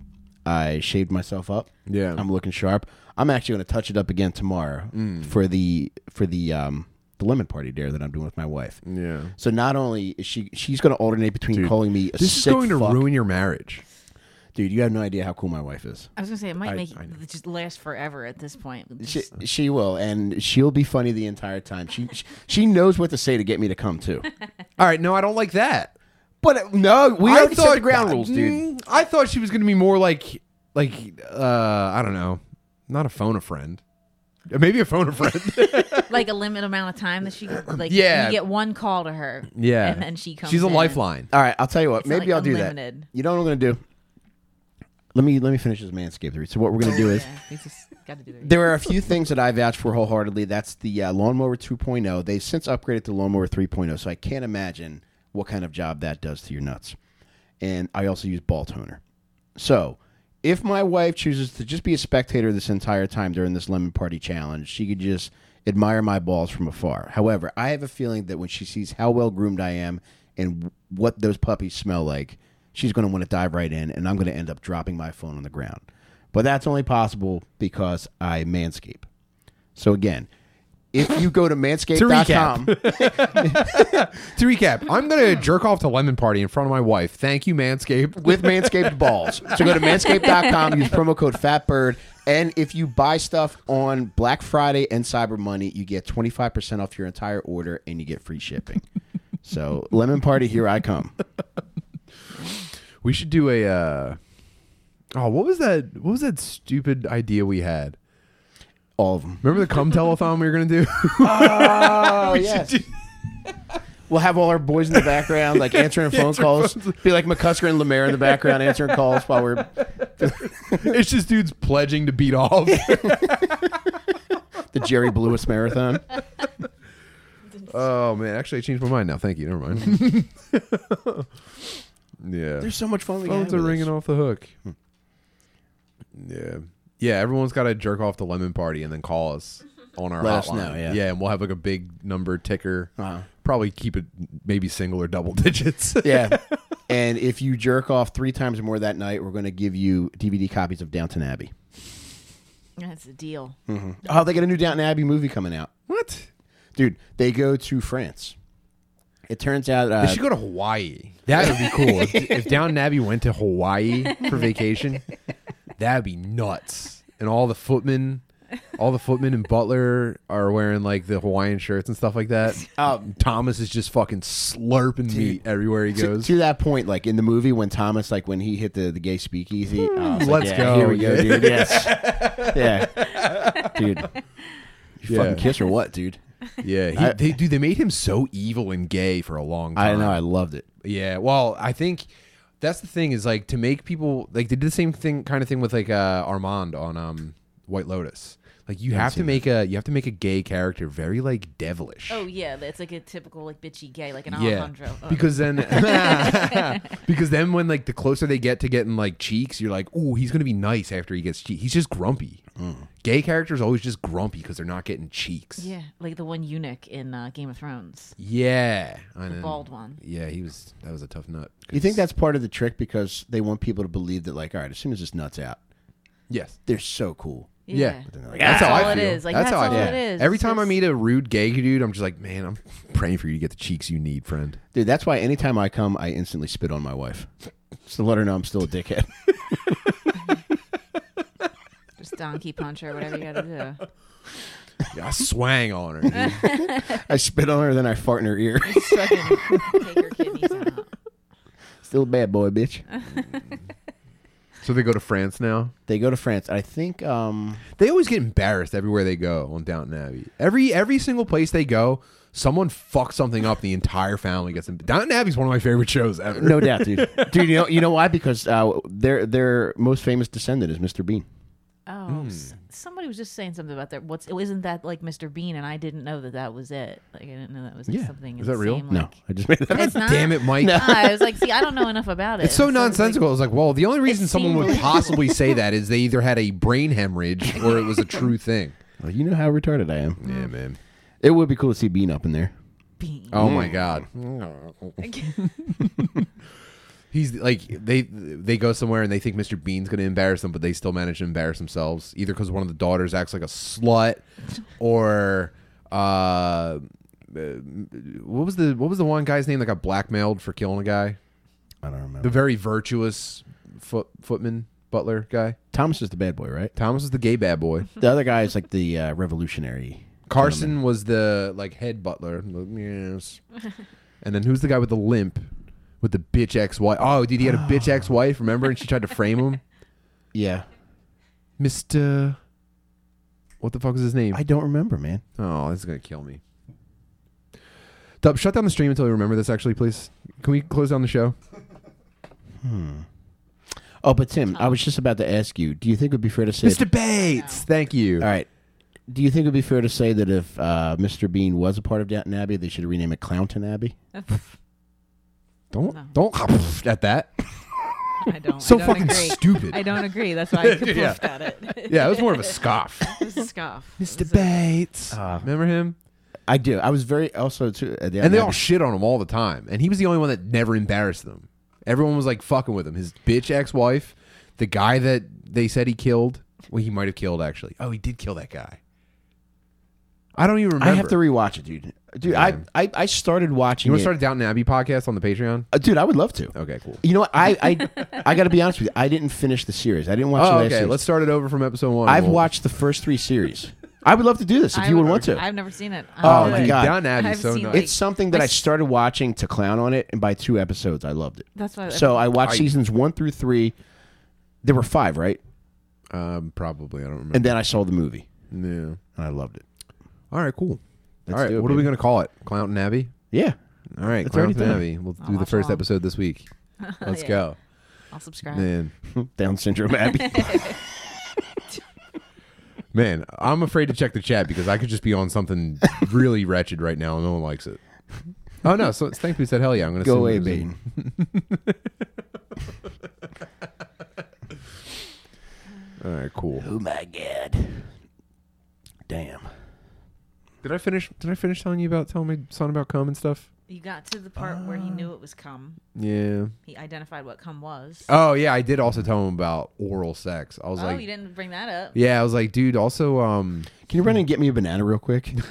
I shaved myself up.
Yeah.
I'm looking sharp. I'm actually going to touch it up again tomorrow for the for the um the lemon party dare that I'm doing with my wife.
Yeah.
So not only is she she's going to alternate between calling me a
This is
sick
going to
fuck-
ruin your marriage.
Dude, you have no idea how cool my wife is.
I was gonna say it might
I-
make
I know.
it just last forever at this point.
She,
Just-
she will, and she'll be funny the entire time. She, she she knows what to say to get me to come too.
All right. No, I don't like that.
But uh, no, we
I
already set
thought-
the ground rules, dude.
Mm, I thought she was going to be more like, like, uh, I don't know, not a phone a friend, maybe a phone a friend.
like a limited amount of time that she could, like.
Yeah.
You get one call to her.
yeah,
And then she comes.
She's a
in.
lifeline.
All right, I'll tell you what.
It's
maybe
like
I'll do
unlimited.
that. You know what I'm going to do? Let me let me finish this manscaped read. So what we're going to do is
Yeah, we just got to do that.
there are a few things that I vouch for wholeheartedly. That's the uh, lawnmower 2.0. They've since upgraded to lawnmower 3.0, so I can't imagine what kind of job that does to your nuts. And I also use ball toner. So if my wife chooses to just be a spectator this entire time during this lemon party challenge, she could just admire my balls from afar. However, I have a feeling that when she sees how well groomed I am and what those puppies smell like, she's going to want to dive right in, and I'm going to end up dropping my phone on the ground. But that's only possible because I manscape. So again, if you go to manscaped.com,
To recap, I'm gonna jerk off to lemon party in front of my wife. Thank you, Manscaped.
with manscaped balls. So go to manscaped.com, use promo code FATBIRD. And if you buy stuff on Black Friday and Cyber Monday, you get 25% off your entire order and you get free shipping. So, lemon party, here I come.
We should do a. Uh, oh, what was that? What was that stupid idea we had?
All of them.
Remember the cum telethon we were gonna do?
Oh, yes. We'll have all our boys in the background, like answering phone calls. Be like McCusker and Lemaire in the background answering calls while we're
it's just dudes pledging to beat off.
the Jerry Lewis marathon.
oh man, actually, I changed my mind now. Thank you. Never mind. yeah.
There's so much fun. we can
Phones
have
are
with
ringing
this.
off the hook. Hmm. Yeah, yeah. Everyone's got to jerk off the lemon party and then call us on our
Let
hotline.
us know, yeah.
and we'll have like a big number ticker.
Uh-huh.
Probably keep it maybe single or double digits.
Yeah. and if you jerk off three times more that night, we're going to give you DVD copies of Downton Abbey.
That's a deal.
Hmm.
Oh, they got a new Downton Abbey movie coming out.
what?
Dude, they go to France. It turns out. Uh,
They should go to Hawaii. That would be cool. if, if Down Abbey went to Hawaii for vacation, that'd be nuts. And all the footmen, all the footmen and butler are wearing like the Hawaiian shirts and stuff like that.
Um,
Thomas is just fucking slurping meat everywhere he
to,
goes.
to that point, like in the movie when Thomas, like when he hit the, the gay speakeasy. oh, I was like,
Let's
yeah,
go,
Here we go,
yeah.
dude. Yes. yeah. Dude. You
Yeah.
fucking kiss or what, dude?
yeah, he, they dude, they made him so evil and gay for a long
I
time.
don't know. I loved it.
Yeah. Well, I think that's the thing is like to make people like they did the same thing kind of thing with like uh Armand on um White Lotus. Like you have to make a you have to make a gay character very like devilish.
Oh yeah, that's like a typical like bitchy gay, like an
yeah.
Alejandro. Oh.
Because then because then when like the closer they get to getting like cheeks, you're like, "Ooh, he's going to be nice after he gets cheeks." He's just grumpy.
Mm.
Gay characters always just grumpy because they're not getting cheeks.
yeah, like the one eunuch in uh, Game of Thrones,
Yeah. And
the
then-
bald one.
Yeah, he was that was a tough nut.
You think that's part of the trick because they want people to believe that, like, all right, as soon as this nut's out,
Yes.
they're so cool.
Yeah.
Like,
That's
That's
how
all
I
it
feel.
is. Like, that's
how I
all
feel.
it is.
Every
It's
time I
just-
meet a rude gay dude, I'm just like, man, I'm praying for you to get the cheeks you need, friend.
Dude, that's why anytime I come, I instantly spit on my wife. Just to let her know I'm still a dickhead.
Just donkey punch or whatever you gotta do.
Yeah, I swang on her. dude.
I spit on her, then I fart in her ear.
Just fucking take your kidneys out.
still a bad boy, bitch.
so they go to France now.
They go to France. I think um,
They always get embarrassed everywhere they go on Downton Abbey. Every every single place they go, someone fucks something up. The entire family gets. Em- Downton Abbey's one of my favorite shows ever.
no doubt, dude. Dude, you know you know why? Because uh, their their most famous descendant is Mr. Bean.
Hmm.
Oh, s somebody was just saying something about that. What's isn't that like Mr. Bean? And I didn't know that that was it. Like I didn't know that was like,
Yeah.
something.
Is that real?
insane,
No,
like-
I just made that.
it's not.
Damn it, Mike.
Ah, I was like, see, I don't know enough about it.
It's so
it's
nonsensical. It's like, well, the only reason
seemed
someone would
believable.
possibly say that is they either had a brain hemorrhage or it was a true thing.
Well, you know how retarded I am.
Yeah, man.
It would be cool to see Bean up in there.
Bean.
Oh my god. He's like they they go somewhere and they think Mr. Bean's going to embarrass them, but they still manage to embarrass themselves either because one of the daughters acts like a slut, or uh, uh, what was the what was the one guy's name that got blackmailed for killing a guy?
I don't
The
remember.
very virtuous foot, footman butler guy.
Thomas is the bad boy, right?
Thomas was the gay bad boy.
The other guy is like the uh, revolutionary.
Carson was the like head butler. Yes. and then who's the guy with the limp, with the bitch ex wife? Oh, dude, he had a bitch ex wife. Remember? And she tried to frame him.
Yeah,
Mister, what the fuck was his name?
I don't remember, man.
oh, this is gonna kill me. Dub, shut down the stream until you remember this. Actually, please, can we close down the show?
Oh, but Tim, I was just about to ask you. Do you think it would be fair to say?
Mister Bates, thank you.
All right. Do you think it would be fair to say that if uh, Mr. Bean was a part of Downton Abbey, they should rename it Clownton Abbey?
Don't don't at that.
I don't.
So
I don't
fucking
agree.
stupid.
I don't agree. That's why I get
Yeah.
yeah. at it.
Yeah, it was more of a scoff.
This is scoff.
Mr. Bates.
Uh,
Remember him?
I do. I was very also too. uh, the
And they all
other-
shit on him all the time. And he was the only one that never embarrassed them. Everyone was like fucking with him. His bitch ex wife, the guy that they said he killed. Well, he might have killed actually. Oh, he did kill that guy. I don't even remember.
I have to rewatch it, dude. Dude, I, I I started watching.
you want
it.
to start a Downton Abbey podcast on the Patreon?
Uh, dude, I would love to.
Okay, cool.
You know what? I I, I got to be honest with you. I didn't finish the series. I didn't watch the
Oh,
last
okay.
series.
Let's start it over from episode one.
I've
We'll-
watched the first three series. I would love to do this if
I
you would
would-
want to.
I've never seen it.
Oh,
I'll do
my
it.
dude,
God.
Downton Abbey's
I've
so
seen,
nice.
like-
it's something that I started watching to clown on it, and by two episodes, I loved it.
That's why.
So I watched
I-
seasons one through three. There were five, right?
um, probably. I don't remember.
And then I saw the movie,
no.
and I loved it.
All right, cool.
Let's
all right,
do it,
what are we
baby.
going to call it? Clown Abbey?
Yeah.
All right,
It's
Clown
already done.
Abbey. We'll
I'll
do the
watch
first
along.
episode this week. Let's
Yeah.
go.
I'll subscribe.
Man.
Down syndrome Abby.
Man, I'm afraid to check the chat because I could just be on something really wretched right now and no one likes it. Oh no! So thankfully said hell yeah. I'm gonna
Go
send
away,
those in.
Bane.
All right, cool.
Oh my god. Damn.
Did I finish? Did I finish telling you about telling my son about cum and stuff?
You got to the part where
Oh.
he knew it was cum.
Yeah.
He identified what cum was.
Oh yeah, I did also tell him about oral sex. I was
oh,
like,
you didn't bring that up.
yeah, I was like, dude. Also, um,
Can you run and get me a banana real quick?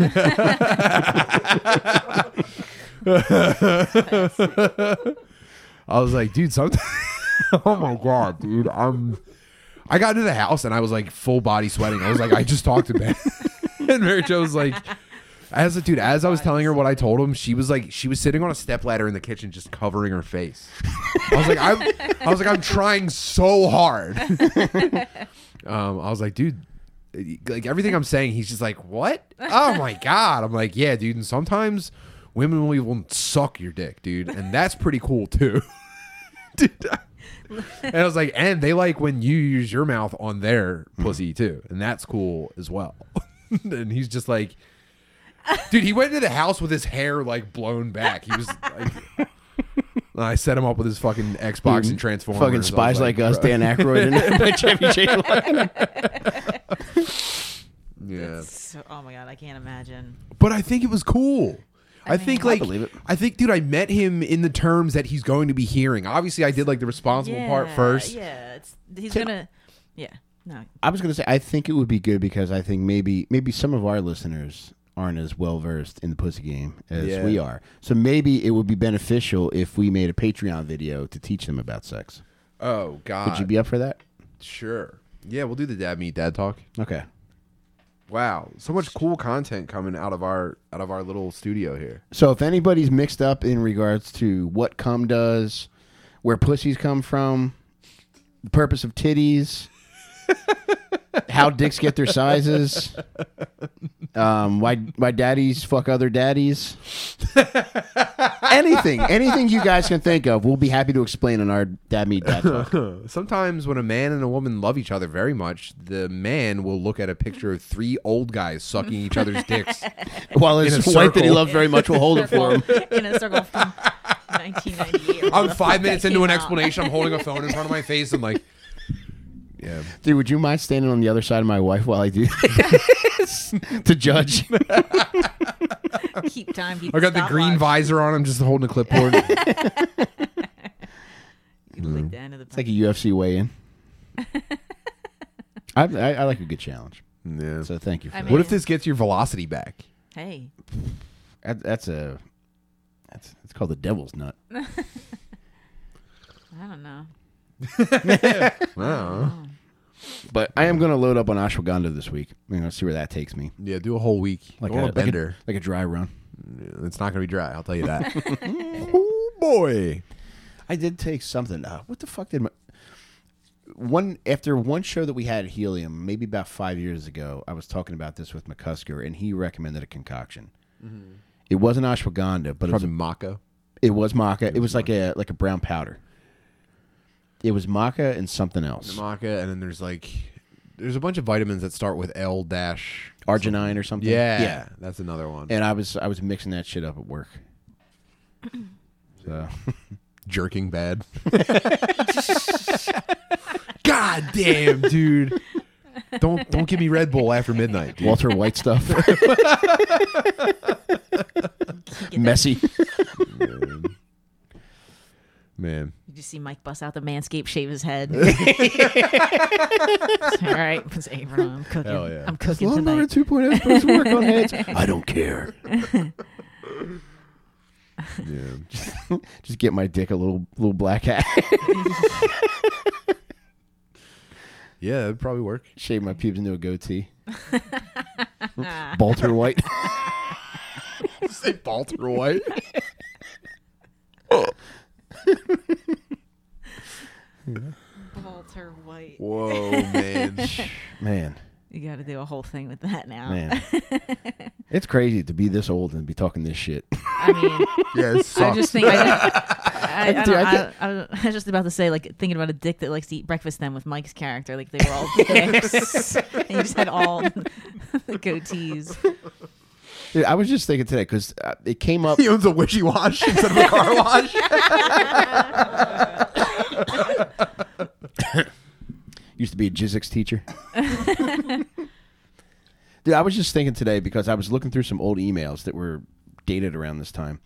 I was like, dude, something. oh my god, dude, I'm. I got into the house and I was like full body sweating. I was like, I just talked to Ben, and Mary Jo was like, as a dude, as I was telling her what I told him, she was like, she was sitting on a stepladder in the kitchen, just covering her face. I was like, I'm, I was like, I'm trying so hard. um, I was like, dude. Like everything I'm saying, he's just like, "What? Oh my god!" I'm like, "Yeah, dude." And sometimes women will even suck your dick, dude, and that's pretty cool too. And I was like, and they like when you use your mouth on their
Mm-hmm.
pussy too, and that's cool as well. and he's just like, dude, he went into the house with his hair like blown back. He was like, And I set him up with his fucking Xbox and Transformers. I
Fucking
was
spies like, us,
"Bro."
Dan Aykroyd and Chevy Chase.
Yeah,
So, oh my god, I can't imagine.
but I think it was cool. I,
I
think
mean-
like I,
believe it.
think dude I met him in the terms that he's going to be hearing. Obviously I did like the responsible part first.
Yeah, it's, he's
Can-
gonna. Yeah, no.
I was gonna say I think it would be good because I think maybe maybe some of our listeners aren't as well versed in the pussy game as
Yeah.
we are. So maybe it would be beneficial if we made a Patreon video to teach them about sex.
Oh god.
Would you be up for that?
sure. Yeah, we'll do the dad meet dad talk.
Okay.
Wow, so much cool content coming out of our out of our little studio here.
So if anybody's mixed up in regards to what cum does, where pussies come from, the purpose of titties, how dicks get their sizes, um, why why daddies fuck other daddies, anything, anything you guys can think of, we'll be happy to explain on our dad meet dad talk.
Sometimes when a man and a woman love each other very much, the man will look at a picture of three old guys sucking each other's dicks.
While
In
his
a
wife that he
circle.
loves very much will hold it for him.
in a circle from 1998.
I'm five
That
minutes into
came
an
out.
explanation. I'm holding a phone in front of my face. I'm like, yeah,
Dude, would you mind standing on the other side of my wife while I do this to judge?
Keep time. Keep
I got the
stopwatch.
green visor on. I'm just holding a clipboard.
You can
Mm.
click the end of the
It's like a UFC weigh-in. I, I, I like a good challenge,
yeah.
so thank you. For
I
that.
What if this gets your velocity back?
hey,
that. That's a that's it's called the devil's nut.
I don't know.
Wow.
But I am going to load up on ashwagandha this week. I'm going to see where that takes me.
Yeah, do a whole week. Like
a,
a,
like, a,
bender.
like a dry run.
Yeah, it's not gonna be dry. I'll tell you that. oh boy.
I did take something. Uh, what the fuck did my one after one show that we had at Helium, maybe about five years ago? I was talking about this with McCusker, and he recommended a concoction. It wasn't ashwagandha, but it was
Probably Mako.
It was maca. It was like a like a brown powder. It was maca and something else,
maca, and then there's like there's a bunch of vitamins that start with L dash.
arginine or something.
Yeah, that's another one.
And I was I was mixing that shit up at work. So
jerking bad. God damn, dude. Don't don't give me Red Bull after midnight. dude.
Walter White stuff. Messy.
Man. Man.
You just see Mike bust out the manscape, shave his head. All right, Miss Abram, I'm cooking.
Hell yeah.
I'm cooking tonight.
2.0 is supposed to oh work on heads.
I don't care.
Yeah.
Just get my dick a little little black hat.
Yeah, that'd probably work.
Shave my pubes into a goatee. Walter White.
Say Baltimore White.
Walter White.
Whoa, man.
Man,
You got to do a whole thing with that now.
man. It's crazy to be this old and be talking this shit.
I mean,
Yeah, it
I
sucks.
just think. I, I, I,
Dude,
don't-
I
I,
can't-
I, don't- I was just about to say, like, thinking about a dick that likes to eat breakfast then with Mike's character. Like, they were all dicks. and you just had all the goatees.
Dude, I was just thinking today because uh, it came up.
he owns a wishy wash instead of a car wash.
Used to be a physics teacher. Dude, I was just thinking today because I was looking through some old emails that were dated around this time,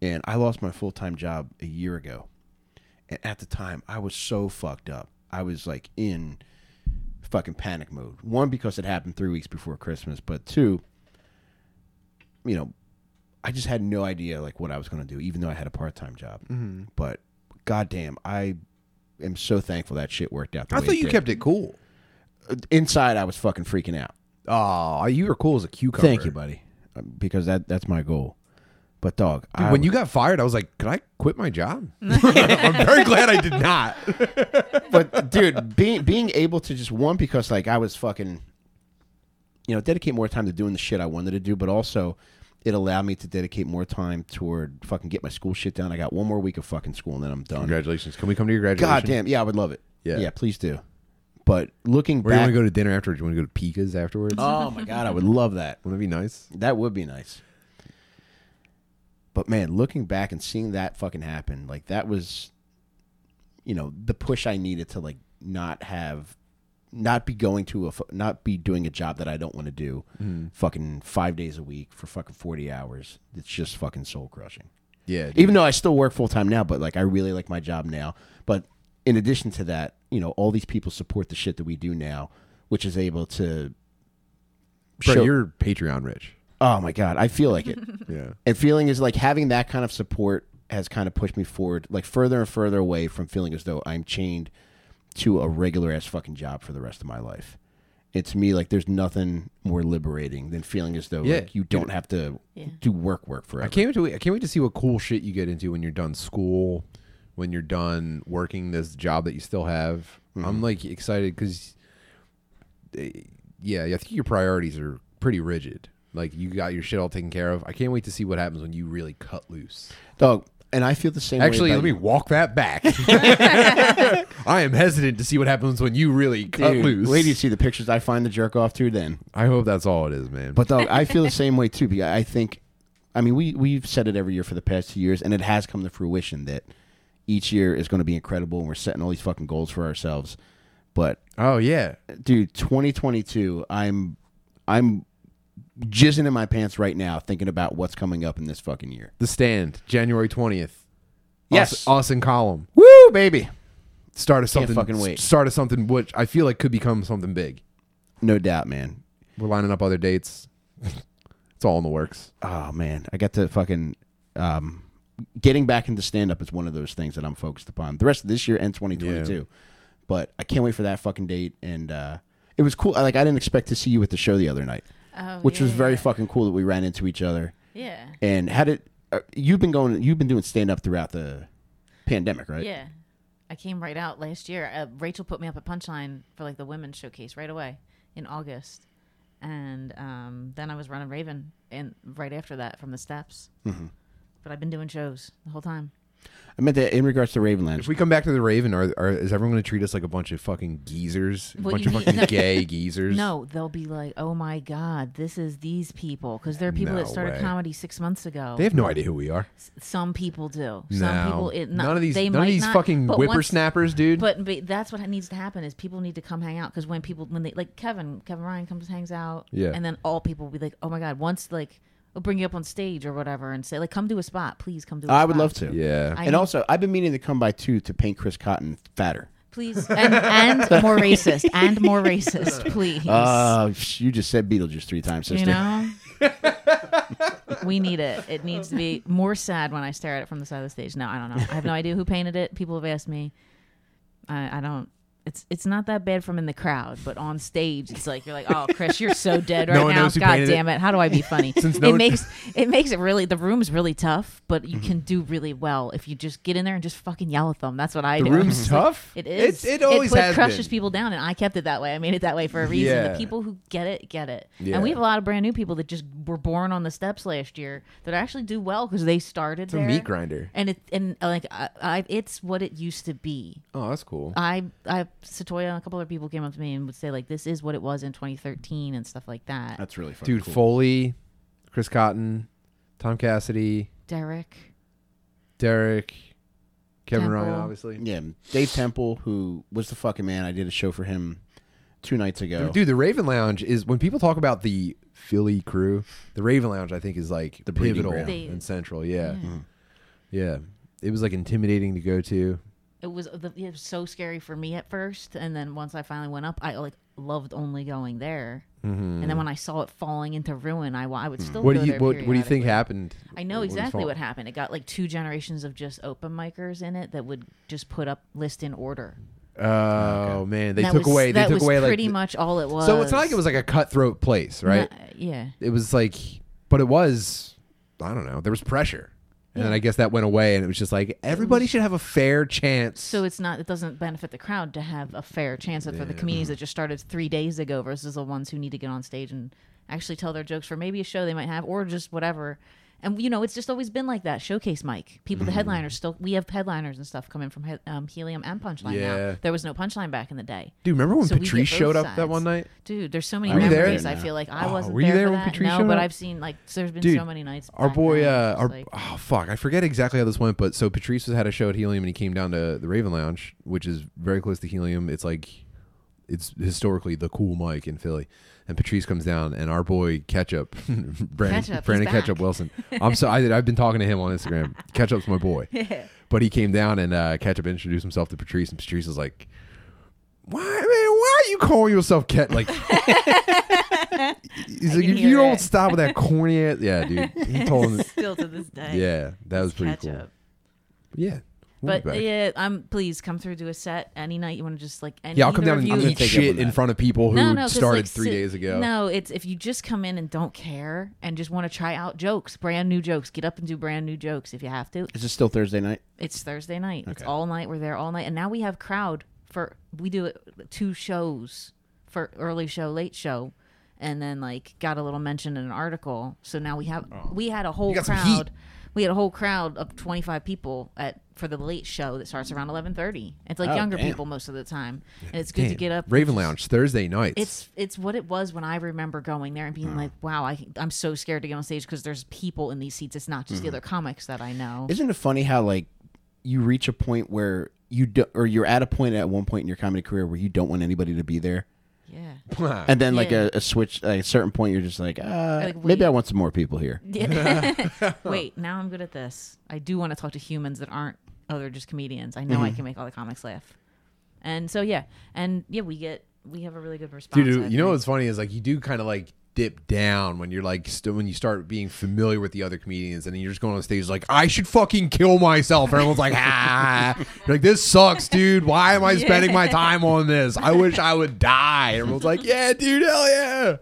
and I lost my full time job a year ago. And at the time, I was so fucked up. I was like in fucking panic mode. One, because it happened three weeks before Christmas, but two, you know, I just had no idea like what I was going to do, even though I had a part time job. But goddamn, I am so thankful that shit worked out. The
I
way
thought
it
you
did.
kept it cool.
inside. I was fucking freaking out.
Oh, you were cool as a cucumber.
Thank you, buddy, Uh, because that that's my goal. But dog,
Dude,
I
when
was-
you got fired, I was like, could I quit my job? I'm very glad I did not.
but dude, being being able to just one because like I was fucking, you know, dedicate more time to doing the shit I wanted to do, but also it allowed me to dedicate more time toward fucking get my school shit done. I got one more week of fucking school and then I'm done.
Congratulations. Can we come to your graduation?
God damn, yeah, I would love it.
Yeah.
yeah, please do. But looking
Where do you
back,
want to go to dinner afterwards? You want to go to Pika's afterwards?
oh my god, I would love that.
Wouldn't that be nice?
That would be nice. But man, looking back and seeing that fucking happen, like that was, you know, the push I needed to like not have, not be going to a, fu- not be doing a job that I don't want to do, fucking five days a week for fucking forty hours. It's just fucking soul crushing.
Yeah. dude.
Even though I still work full time now, but like I really like my job now. But in addition to that, you know, all these people support the shit that we do now, which is able to.
Bro,
show-
you're Patreon rich.
oh my god, I feel like it.
Yeah.
And feeling is like having that kind of support has kind of pushed me forward, like further and further away from feeling as though I'm chained to a regular ass fucking job for the rest of my life. It's me like there's nothing more liberating than feeling as though
Yeah.
like, you don't have to
Yeah.
do work work forever.
I can't wait to wait. I can't wait to see what cool shit you get into when you're done school, when you're done working this job that you still have.
Mm-hmm.
I'm like excited because, yeah, I think your priorities are pretty rigid. Like you got your shit all taken care of. I can't wait to see what happens when you really cut loose.
Dog, and I feel the same. way
Actually, let
about
me
you.
walk that back. I am hesitant to see what happens when you really cut
Dude,
loose.
Wait till you see the pictures I find the jerk off to then.
I hope that's all it is, man.
But dog, I feel the same way too. Because I think, I mean, we we've said it every year for the past two years, and it has come to fruition that each year is going to be incredible, and we're setting all these fucking goals for ourselves. But
oh yeah,
dude, 2022, I'm I'm jizzing in my pants right now thinking about what's coming up in this fucking year.
the stand, January twentieth.
Yes.
us, us and column.
Woo, baby,
start of something
fucking wait.
start of something which i feel like could become something big
no doubt, man.
we're lining up other dates it's all in the works
Oh man, I got to fucking um, getting back into stand up is one of those things that I'm focused upon. The rest of this year and 2022, but I can't wait for that fucking date. And uh, it was cool. I- Like I didn't expect to see you at the show the other night,
Oh,
which was
yeah.
very fucking cool that we ran into each other.
Yeah.
And had it, uh, you've been going, you've been doing stand up throughout the pandemic, right?
Yeah. I came right out last year. Uh, Rachel put me up at Punchline for like the women's showcase right away in August. And um, then I was running
Mm-hmm.
Raven and right after that from the steps. But I've been doing shows the whole time.
I meant that in regards to Ravenland.
If we come back to the Raven, are, are is everyone going to treat us like a bunch of fucking geezers? A
What
bunch
you
of
mean?
fucking
No.
gay geezers?
No, they'll be like, "Oh my God, this is these people," because there are people that
No
started
way.
comedy six months ago.
They have no idea who we are.
S- Some people do.
no.
Some people, it, not,
none of these,
They
none of
might
these
not,
fucking
but once-
whippersnappers, dude.
But, but that's what needs to happen is people need to come hang out because when people when they like Kevin Kevin Ryan comes hangs out
Yeah.
and then all people will be like oh my god once like we'll bring you up on stage or whatever and say like come do a spot please come do a
I
spot.
would love to.
yeah.
I
And
need-
also, I've been meaning to come by too to paint Chris Cotton fatter.
please and, and more racist and more racist please
Uh, you just said Beetlejuice three times,
you
sister.
know we need it it needs to be more sad when I stare at it from the side of the stage no I don't know I have no idea who painted it people have asked me I, I don't. It's it's not that bad from in the crowd, but on stage, it's like you're like, oh, Chris, you're so dead right
one
now.
knows who
God
painted it.
damn it. How do I be funny?
Since no
it
one- Mm-hmm.
makes it makes it really the room's really tough, but you can do really well if you just get in there and just fucking yell at them. That's what I
the
do.
room's
It's like-
tough.
It is.
It, it always
put-
has
crushes
been.
people down, and I kept it that way. I made it that way for a reason.
Yeah.
The people who get it get it,
Yeah.
and we have a lot of brand new people that just were born on the steps last year that actually do well because they started
a
there.
meat grinder.
and it and uh, like I, I, it's what it used to be.
Oh, that's cool.
I, I, Satoya and a couple other people came up to me and would say like, "This is what it was in 2013" and stuff like that.
That's really fucking
Dude,
cool.
Foley, Chris Cotton, Tom Cassidy,
Derek,
Derek, Kevin Ryan,
Temple.
obviously.
Yeah, Dave Temple, who was the fucking man. I did a show for him two nights ago.
Dude, the Raven Lounge is when people talk about the Philly crew, the Raven Lounge I think is like the
breeding
pivotal
ground.
They-
and central. Yeah. yeah. It was like intimidating to go to.
it was the, it was so scary for me at first, and then once I finally went up, I like loved only going there. And then when I saw it falling into ruin, I, wa- I would still.
Mm-hmm. What
go
do you
there
what, what do you think
periodically.
happened?
I know
when it was
exactly
fall-
what happened. It got like two generations of just open micers in it that would just put up list in order.
Oh man, they
that
took
was,
away they
that
took
was
away like
pretty
the-
much all it was.
So it's not like it was like a cutthroat place, right?
Not- yeah.
It was like but it was I don't know, there was pressure. And then I guess that went away and it was just like everybody should have a fair chance.
So it's not it doesn't benefit the crowd to have a fair chance for the comedians that just started three days ago versus the ones who need to get on stage and actually tell their jokes for maybe a show they might have or just whatever. And you know, it's just always been like that. Showcase mic. People,
Mm-hmm.
the headliners still. We have headliners and stuff coming from he- um, Helium and Punchline
Yeah.
now. There was no Punchline back in the day.
Dude, remember when
So we get
Patrice
both
showed up that
sides.
one night?
Dude, there's so many
Were you there?
memories. I
Yeah.
feel like I
Oh,
wasn't
were you
there,
there
for
when
that.
Patrice
no,
showed
but
up?
I've seen like there's been
Dude,
so many nights.
Our
back
boy,
then,
uh,
it's
our,
like-
oh fuck, I forget exactly how this went, but so Patrice was had a show at Helium and he came down to the Raven Lounge, which is very close to Helium. It's like, it's historically the cool mic in Philly. And Patrice comes down, and our boy Ketchup, Brandon,
Ketchup, he's
Brandon Ketchup
back.
Wilson. I'm so I, I've been talking to him on Instagram. Ketchup's my boy, but he came down and uh, Ketchup introduced himself to Patrice, and Patrice was like. Why, man? Why are you calling yourself Ket? Like, he's like,
can
if you
hear
don't
it."
stop with that corny ass, yeah, dude. He told him,
still to this day.
yeah, that was pretty
catch
cool.
up.
But yeah. we'll be
But
back. yeah,
yeah, I'm please come through do a set any night you want to just like any
I'll come
either
down and
of you-
gonna
eat
take you up
shit
on
in
that.
front of people who
no, no, 'cause,
started
like,
three
sit-
days ago.
No, it's if you just come in and don't care and just want to try out jokes, brand new jokes, get up and do brand new jokes if you have to.
Is this still Thursday night?
It's Thursday night. It's
Okay.
all night. We're there all night, and now we have crowd for we do it- two shows for early show, late show, and then like got a little mention in an article. So now we have we had a whole
got some
crowd. We had a whole crowd of twenty five people at for the late show that starts around eleven thirty. It's like
Oh,
younger
damn.
people most of the time, and it's good to
Damn.
get up. and
Raven
just-
Lounge Thursday nights.
it's it's what it was when I remember going there and being like, "Wow, I, I'm so scared to get on stage because there's people in these seats. It's not just the other comics that I know."
Isn't it funny how like you reach a point where you do, or you're at a point at one point in your comedy career where you don't want anybody to be there,
yeah.
and then like
Yeah.
a, a switch at a certain point you're just like, uh,
Like, wait.
maybe I want some more people here.
Yeah.
Oh.
Wait, now I'm good at this. I do want to talk to humans that aren't other just comedians. I know
Mm-hmm.
I can make all the comics laugh. And so yeah, and yeah, we get we have a really good response.
Dude,
I
you know
think.
what's funny is like you do kind of like dip down when you're like st- when you start being familiar with the other comedians and then you're just going on stage like I should fucking kill myself and everyone's like ah you're like this sucks dude why am I spending my time on this I wish I would die and everyone's like yeah dude hell yeah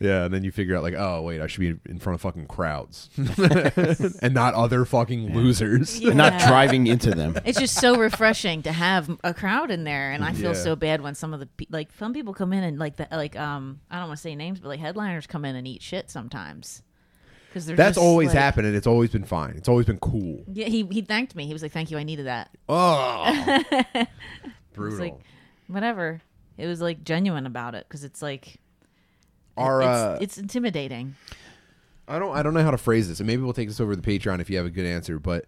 yeah and then you figure out like oh wait I should be in front of fucking crowds and not other fucking losers
Yeah.
Not driving into them.
It's just so refreshing to have a crowd in there, and I feel
Yeah.
so bad when some of the pe- like some people come in and like the like um I don't want to say names, but like headliners come in and eat shit sometimes. because they're
That's
just,
always
like-
happened, and it's always been fine. It's always been cool.
Yeah, he he thanked me. He was like, "Thank you, I needed that."
Oh,
It
brutal.
was like, whatever. It was like genuine about it because it's like
Our,
it's,
uh,
it's intimidating.
I don't I don't know how to phrase this, and maybe we'll take this over the Patreon if you have a good answer. But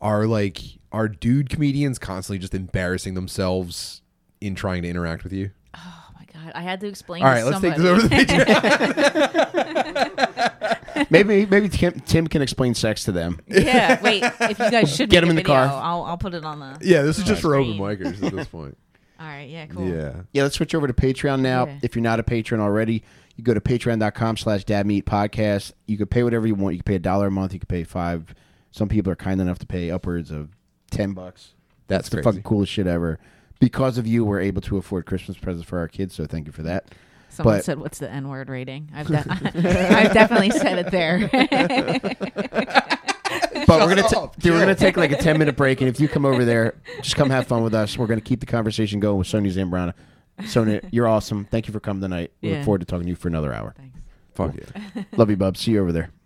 are like are dude comedians constantly just embarrassing themselves in trying to interact with you?
Oh my god, I had to explain.
All
to
right, let's take
somebody.
this over to the Patreon.
Maybe maybe Tim, Tim can explain sex to them.
yeah, wait. If you guys should
Get
make
him
a
in the
video,
car.
I'll I'll put it on the.
yeah, this is just for open
Screen.
micers at this point.
All right, yeah, cool.
Yeah,
Yeah, let's switch over to Patreon now.
Okay.
If you're not a patron already, you go to patreon.com slash dabmeat podcast. You can pay whatever you want. You can pay a dollar a month. You can pay five. Some people are kind enough to pay upwards of 10 bucks.
that's
It's the
crazy.
fucking coolest shit ever. Because of you, we're able to afford Christmas presents for our kids, so thank you for that.
Someone
But-
said, "What's the N word rating?" I've de- I've definitely said it there.
But we're gonna ta- dude, we're gonna take like a ten minute break, and if you come over there, just come have fun with us. We're gonna keep the conversation going with Sonia Zambrana. Sonia, you're awesome. Thank you for coming tonight. We
Yeah.
look forward to talking to you for another hour.
Thanks.
Fuck yeah.
Love you, bub. See you over there.